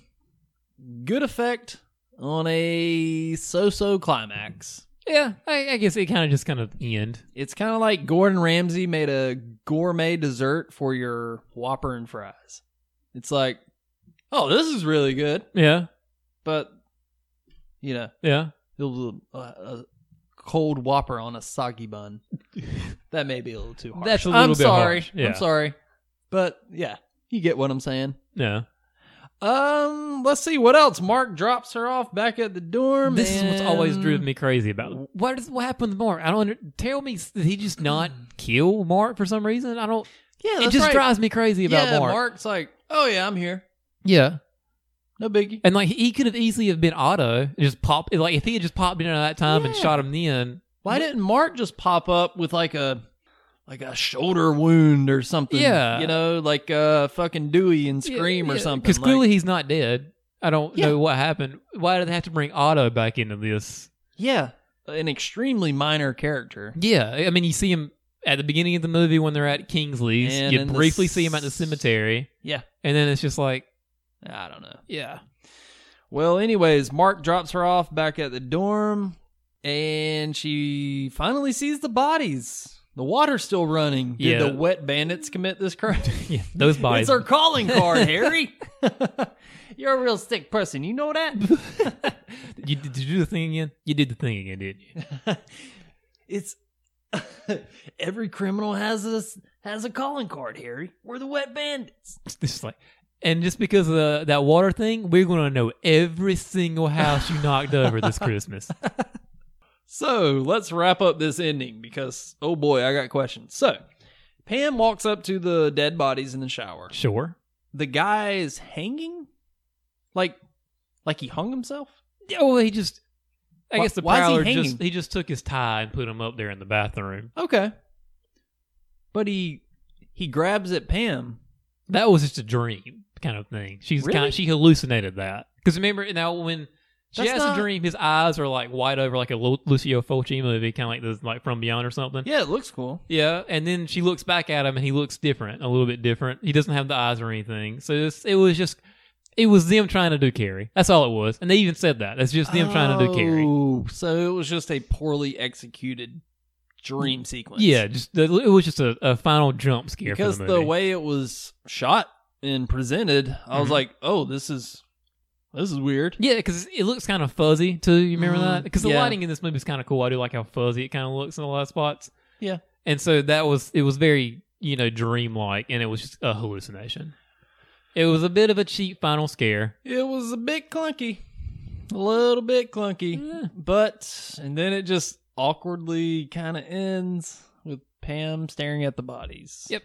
Speaker 6: good effect on a so-so climax.
Speaker 7: Yeah, I, I guess it kind of just kind of end.
Speaker 6: It's kind of like Gordon Ramsay made a gourmet dessert for your Whopper and fries. It's like, oh, this is really good,
Speaker 7: Yeah,
Speaker 6: but you know,
Speaker 7: yeah.
Speaker 6: it was a, a cold Whopper on a soggy bun. that may be a little too harsh.
Speaker 7: That's a
Speaker 6: I'm
Speaker 7: little bit
Speaker 6: sorry.
Speaker 7: harsh, yeah.
Speaker 6: I'm sorry, but yeah, you get what I'm saying.
Speaker 7: No,
Speaker 6: Um, let's see what else. Mark drops her off back at the dorm.
Speaker 7: this is what's always
Speaker 6: and-
Speaker 7: driven me crazy about. It. What is what happened to Mark? I don't under, tell me did he just not kill Mark for some reason? I don't.
Speaker 6: Hmm. Yeah,
Speaker 7: it
Speaker 6: that's
Speaker 7: just
Speaker 6: right.
Speaker 7: drives me crazy about
Speaker 6: yeah,
Speaker 7: Mark.
Speaker 6: Mark's like, oh yeah, I'm here.
Speaker 7: Yeah,
Speaker 6: No biggie.
Speaker 7: and like he could have easily have been Otto. and Just pop like if he had just popped in at that time and
Speaker 6: Yeah.
Speaker 7: shot him then.
Speaker 6: Why didn't Mark just pop up with like a like a shoulder wound or something.
Speaker 7: Yeah.
Speaker 6: you know, like uh, fucking Dewey and Scream or something.
Speaker 7: Because
Speaker 6: like-
Speaker 7: clearly he's not dead. I don't
Speaker 6: Yeah.
Speaker 7: know what happened. Why did they have to bring Otto back into this?
Speaker 6: yeah, an extremely minor character.
Speaker 7: Yeah, I mean, you see him at the beginning of the movie when they're at Kingsley's.
Speaker 6: And
Speaker 7: you
Speaker 6: in the
Speaker 7: briefly
Speaker 6: s-
Speaker 7: see him at the cemetery,
Speaker 6: Yeah,
Speaker 7: and then it's just like,
Speaker 6: I don't know.
Speaker 7: yeah,
Speaker 6: Well, anyways, Mark drops her off back at the dorm, and she finally sees the bodies. The water's still running. Did
Speaker 7: Yeah.
Speaker 6: the wet bandits commit this crime?
Speaker 7: yeah, those bodies.
Speaker 6: It's our calling card, Harry. You're a real sick person. You know that?
Speaker 7: you, did you do the thing again? You did the thing again, didn't you?
Speaker 6: it's every criminal has a has a calling card, Harry. We're the wet bandits.
Speaker 7: It's just like, and just because of the, that water thing, we're gonna know every single house you knocked over this Christmas.
Speaker 6: So let's wrap up this ending because oh boy, I got questions. So Pam walks up to the dead bodies in the shower.
Speaker 7: Sure.
Speaker 6: The guy is hanging, like like he hung himself.
Speaker 7: Yeah, well, he just. I
Speaker 6: Why-
Speaker 7: guess the
Speaker 6: why is he
Speaker 7: prowler
Speaker 6: hanging?
Speaker 7: just he just took his tie and put him up there in the bathroom.
Speaker 6: Okay, but he he grabs at Pam.
Speaker 7: That was just a dream kind of thing. She's
Speaker 6: Really?
Speaker 7: kind she hallucinated that because remember now when she
Speaker 6: That's
Speaker 7: has
Speaker 6: not-
Speaker 7: a dream, his eyes are like wide over like a Lu- Lucio Fulci movie, kind of like this like From Beyond or something.
Speaker 6: Yeah, it looks cool.
Speaker 7: Yeah, and then she looks back at him, and he looks different, a little bit different. He doesn't have the eyes or anything. So it's, it was just, it was them trying to do Carrie. That's all it was, and they even said that. That's just them trying to do Carrie.
Speaker 6: Oh, So it was just a poorly executed dream sequence.
Speaker 7: Yeah, just the, it was just a, a final jump scare
Speaker 6: because
Speaker 7: for
Speaker 6: the,
Speaker 7: the, movie.
Speaker 6: way it was shot and presented, I was
Speaker 7: Mhm.
Speaker 6: like, "Oh, this is this is weird."
Speaker 7: Yeah, because it looks kind of fuzzy too. You remember
Speaker 6: Mhm,
Speaker 7: that? Because the
Speaker 6: yeah.
Speaker 7: lighting in this movie is kind of cool. I do like how fuzzy it kind of looks in a lot of spots.
Speaker 6: Yeah.
Speaker 7: and so that was it was very you know dreamlike, and it was just a hallucination. It was a bit of a cheap final scare.
Speaker 6: It was a bit clunky, a little bit clunky,
Speaker 7: Yeah.
Speaker 6: but and then it just awkwardly kind of ends with Pam staring at the bodies.
Speaker 7: Yep.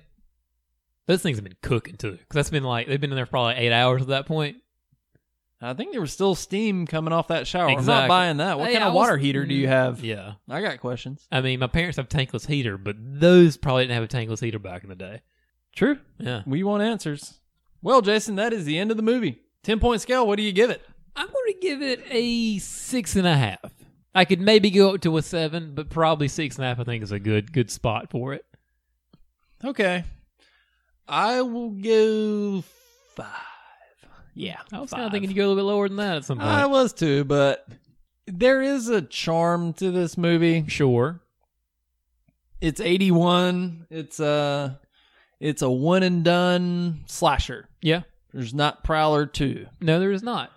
Speaker 7: Those things have been cooking too, because that's been like they've been in there for probably eight hours at that point.
Speaker 6: I think there was still steam coming off that shower. I'm not
Speaker 7: Exactly.
Speaker 6: buying that. What
Speaker 7: Hey,
Speaker 6: kind
Speaker 7: I
Speaker 6: of
Speaker 7: was- Mm.
Speaker 6: water heater do you have?
Speaker 7: Yeah,
Speaker 6: I got questions.
Speaker 7: I mean, my parents have tankless heater, but those probably didn't have a tankless heater back in the day.
Speaker 6: True.
Speaker 7: Yeah,
Speaker 6: We want answers. Well, Jason, that is the end of the movie. 10 point scale, what do you give it?
Speaker 7: I'm going to give it a six and a half. I could maybe go up to a seven, but probably six and a half. I think is a good good spot for it.
Speaker 6: Okay. I will go five. Yeah.
Speaker 7: I was kind of thinking you go a little bit lower than that at some point.
Speaker 6: I was too, but there is a charm to this movie.
Speaker 7: sure.
Speaker 6: It's 81. It's a, it's a one and done slasher.
Speaker 7: Yeah.
Speaker 6: There's not Prowler 2.
Speaker 7: No, there is not.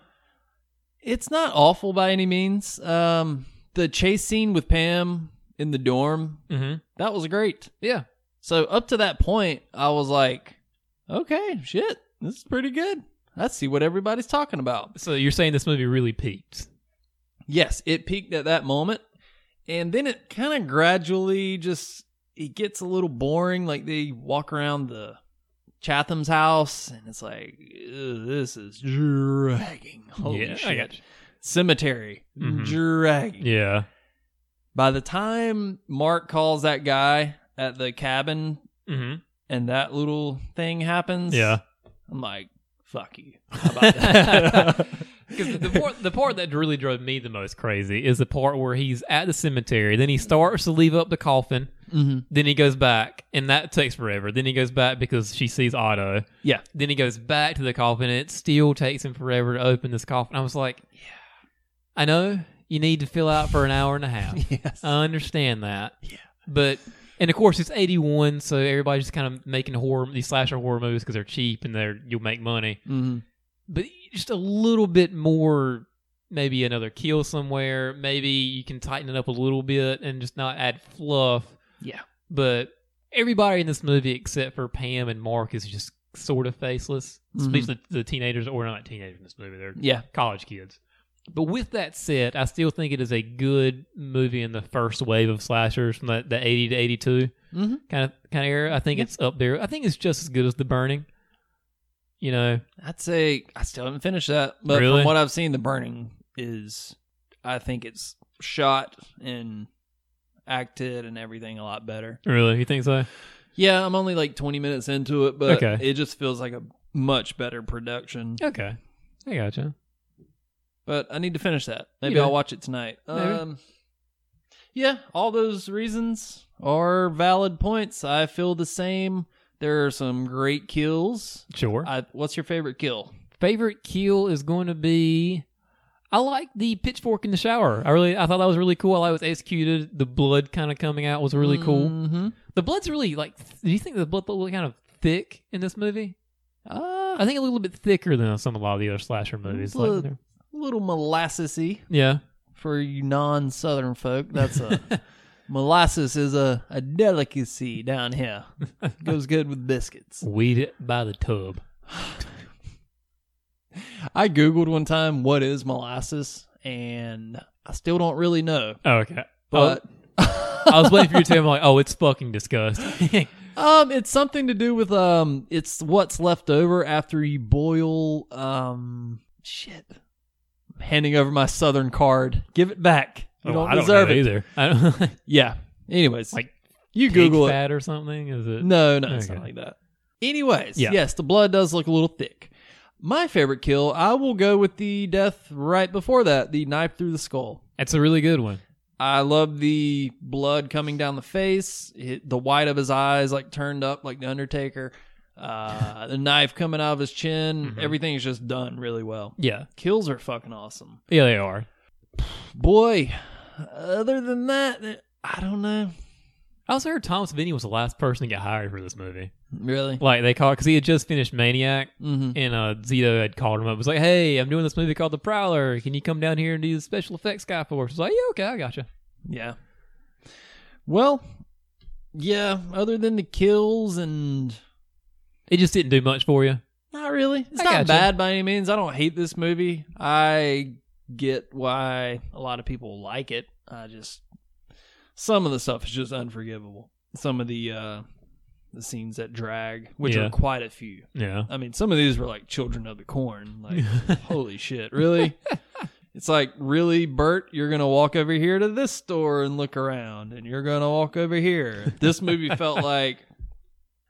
Speaker 6: It's not awful by any means. Um, the chase scene with Pam in the dorm,
Speaker 7: Mm-hmm.
Speaker 6: that was great.
Speaker 7: Yeah.
Speaker 6: So up to that point, I was like, okay, shit, this is pretty good. I see what everybody's talking about.
Speaker 7: So you're saying this movie really peaked?
Speaker 6: Yes, it peaked at that moment. And then it kind of gradually just it gets a little boring. Like they walk around the Chatham's house and it's like, "Ugh, this is dragging. Holy
Speaker 7: yeah. I
Speaker 6: shit.
Speaker 7: got you.
Speaker 6: Cemetery.
Speaker 7: Mhm.
Speaker 6: Dragging.
Speaker 7: Yeah.
Speaker 6: By the time Mark calls that guy at the cabin
Speaker 7: Mm-hmm.
Speaker 6: and that little thing happens,
Speaker 7: Yeah.
Speaker 6: I'm like, fuck you.
Speaker 7: Because the part, the part that really drove me the most crazy is the part where he's at the cemetery. Then he starts to leave up the coffin.
Speaker 6: Mhm.
Speaker 7: Then he goes back, and that takes forever. Then he goes back because she sees Otto.
Speaker 6: Yeah.
Speaker 7: Then he goes back to the coffin, and it still takes him forever to open this coffin. I was like, yeah, I know you need to fill out for an hour and a half.
Speaker 6: Yes.
Speaker 7: I understand that. Yeah. But and of course it's eighty one, so everybody's just kind of making horror these slasher horror movies because they're cheap and they're you'll make money
Speaker 6: Mhm.
Speaker 7: but just a little bit more maybe another kill somewhere maybe you can tighten it up a little bit and just not add fluff
Speaker 6: Yeah.
Speaker 7: but everybody in this movie except for pam and mark is just sort of faceless
Speaker 6: Mhm.
Speaker 7: especially the teenagers or not teenagers in this movie they're
Speaker 6: Yeah.
Speaker 7: college kids but with that said i still think it is a good movie in the first wave of slashers from the, the 80 to 82
Speaker 6: Mhm.
Speaker 7: kind of kind of era i think
Speaker 6: Yeah.
Speaker 7: it's up there i think it's just as good as the burning you know
Speaker 6: I'd say I still haven't finished that, but
Speaker 7: Really?
Speaker 6: from what I've seen, the burning is, I think it's shot and acted and everything a lot better.
Speaker 7: Really? You think so?
Speaker 6: Yeah, I'm only like 20 minutes into it, but
Speaker 7: Okay.
Speaker 6: it just feels like a much better production.
Speaker 7: Okay. I gotcha.
Speaker 6: But I need to finish that. Maybe
Speaker 7: Yeah.
Speaker 6: I'll watch it tonight.
Speaker 7: Maybe.
Speaker 6: Um, yeah, all those reasons are valid points. I feel the same. There are some great kills.
Speaker 7: Sure.
Speaker 6: I, what's your favorite kill?
Speaker 7: favorite kill is going to be I like the pitchfork in the shower. I really I thought that was really cool. I like it was executed. The blood kind of coming out was really cool.
Speaker 6: Mm-hmm.
Speaker 7: The blood's really like th- do you think the blood looked kind of thick in this movie? Uh, I think a little bit thicker than some of a lot of the other slasher movies. like,
Speaker 6: Blood.
Speaker 7: they're-
Speaker 6: A little molassesy
Speaker 7: yeah.
Speaker 6: for you non-southern folk. That's a molasses is a, a delicacy down here. Goes good with biscuits.
Speaker 7: Weed it by the tub.
Speaker 6: I googled one time what is molasses, and I still don't really know.
Speaker 7: Oh, okay.
Speaker 6: But
Speaker 7: I was waiting for you to tell me like, oh, it's fucking disgusting.
Speaker 6: um, it's something to do with um, it's what's left over after you boil um, shit. I'm handing over my southern card. Give it back. You
Speaker 7: Oh,
Speaker 6: don't
Speaker 7: I don't
Speaker 6: deserve
Speaker 7: know
Speaker 6: it.
Speaker 7: either. I don't, like,
Speaker 6: Yeah. Anyways,
Speaker 7: Like
Speaker 6: you
Speaker 7: pig
Speaker 6: Google it.
Speaker 7: fat or something? Is it?
Speaker 6: No, no, it's
Speaker 7: Okay.
Speaker 6: not like that. Anyways,
Speaker 7: Yeah.
Speaker 6: yes, the blood does look a little thick. My favorite kill, I will go with the death right before that, the knife through the skull.
Speaker 7: It's a really good one.
Speaker 6: I love the blood coming down the face, it, the white of his eyes like turned up like the Undertaker, uh, the knife coming out of his chin.
Speaker 7: Mhm.
Speaker 6: Everything is just done really well.
Speaker 7: Yeah.
Speaker 6: Kills are fucking awesome,
Speaker 7: Yeah, they are.
Speaker 6: boy. Other than that, th- I don't know
Speaker 7: I also heard Thomas Vinnie was the last person to get hired for this movie.
Speaker 6: really.
Speaker 7: Like they called because he had just finished Maniac,
Speaker 6: hmm
Speaker 7: and uh, Zito had called him up. Was like, "Hey, I'm doing this movie called The Prowler. Can you come down here and do the special effects guy for us?" I was like, "Yeah, okay, I gotcha."
Speaker 6: Yeah. Well, yeah. Other than the kills and
Speaker 7: It just didn't do much for you.
Speaker 6: Not really. It's
Speaker 7: I
Speaker 6: not
Speaker 7: gotcha.
Speaker 6: bad by any means. I don't hate this movie. I get why a lot of people like it. I just some of the stuff is just unforgivable. Some of the uh the scenes that drag, which
Speaker 7: Yeah.
Speaker 6: are quite a few.
Speaker 7: Yeah,
Speaker 6: I mean, some of these were like children of the corn. Like, holy shit, really? It's like, really, Bert, you're going to walk over here to this store and look around, and you're going to walk over here. This movie felt like,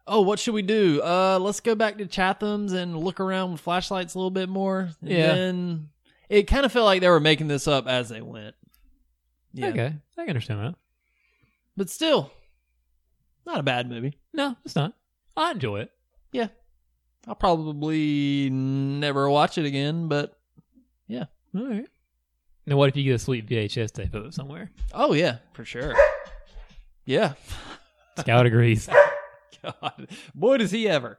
Speaker 6: oh, what should we do? Uh, let's go back to Chatham's and look around with flashlights a little bit more. And
Speaker 7: Yeah.
Speaker 6: Then it kind of felt like they were making this up as they went. Yeah.
Speaker 7: okay, I can understand that.
Speaker 6: But still, not a bad movie.
Speaker 7: No, it's not. I enjoy it.
Speaker 6: I'll probably never watch it again, but
Speaker 7: All right. Now, what if you get a sweet VHS tape of it somewhere?
Speaker 6: Oh yeah, for sure. yeah.
Speaker 7: Scout agrees.
Speaker 6: God. Boy does he ever.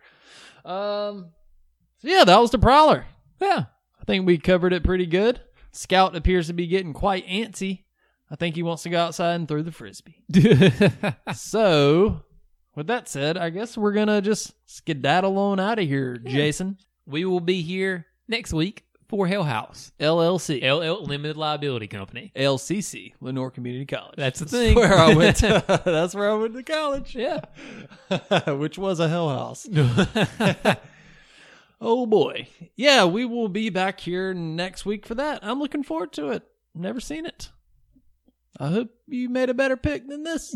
Speaker 6: Um so yeah, that was the prowler.
Speaker 7: yeah,
Speaker 6: I think we covered it pretty good. Scout appears to be getting quite antsy. I think he wants to go outside and throw the frisbee. so with that said, I guess we're gonna just skedaddle on out of here, Jason.
Speaker 7: we will be here next week for Hell House,
Speaker 6: LLC.
Speaker 7: LL Limited Liability Company.
Speaker 6: LCC, Lenore Community College.
Speaker 7: That's the thing.
Speaker 6: Where I went to, that's where I went to college.
Speaker 7: Yeah.
Speaker 6: which was a hell house. oh boy. Yeah, we will be back here next week for that. I'm looking forward to it. Never seen it. I hope you made a better pick than this.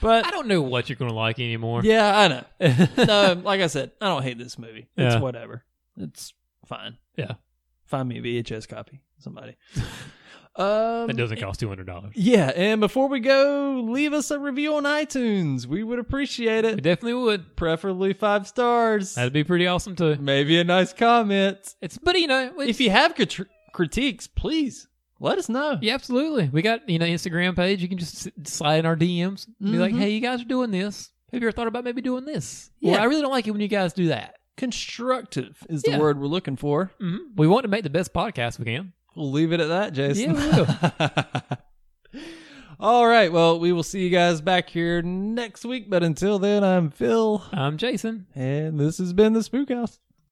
Speaker 6: But
Speaker 7: I don't know what you're gonna like anymore.
Speaker 6: yeah, I know. no, like I said, I don't hate this movie. It's
Speaker 7: Yeah.
Speaker 6: whatever. It's fine.
Speaker 7: Yeah.
Speaker 6: Find me a VHS copy, somebody. Um,
Speaker 7: That doesn't cost two hundred dollars.
Speaker 6: yeah, and before we go, leave us a review on iTunes. We would appreciate
Speaker 7: We
Speaker 6: it.
Speaker 7: definitely would.
Speaker 6: Preferably five stars.
Speaker 7: That'd be pretty awesome too.
Speaker 6: Maybe a nice comment.
Speaker 7: It's but you know it's,
Speaker 6: If you have crit- critiques, please let us know.
Speaker 7: yeah, absolutely. We got you know Instagram page. You can just s- slide in our DMs. Be like,
Speaker 6: Mhm.
Speaker 7: hey, you guys are doing this. Have you ever thought about maybe doing this? Or,
Speaker 6: Yeah.
Speaker 7: I really don't like it when you guys do that.
Speaker 6: Constructive is the
Speaker 7: Yeah.
Speaker 6: word we're looking for.
Speaker 7: hmm We want to make the best podcast we can.
Speaker 6: We'll leave it at that, Jason.
Speaker 7: Yeah,
Speaker 6: All right. Well, we will see you guys back here next week. But until then, I'm Phil,
Speaker 7: I'm Jason.
Speaker 6: and this has been the Spook House.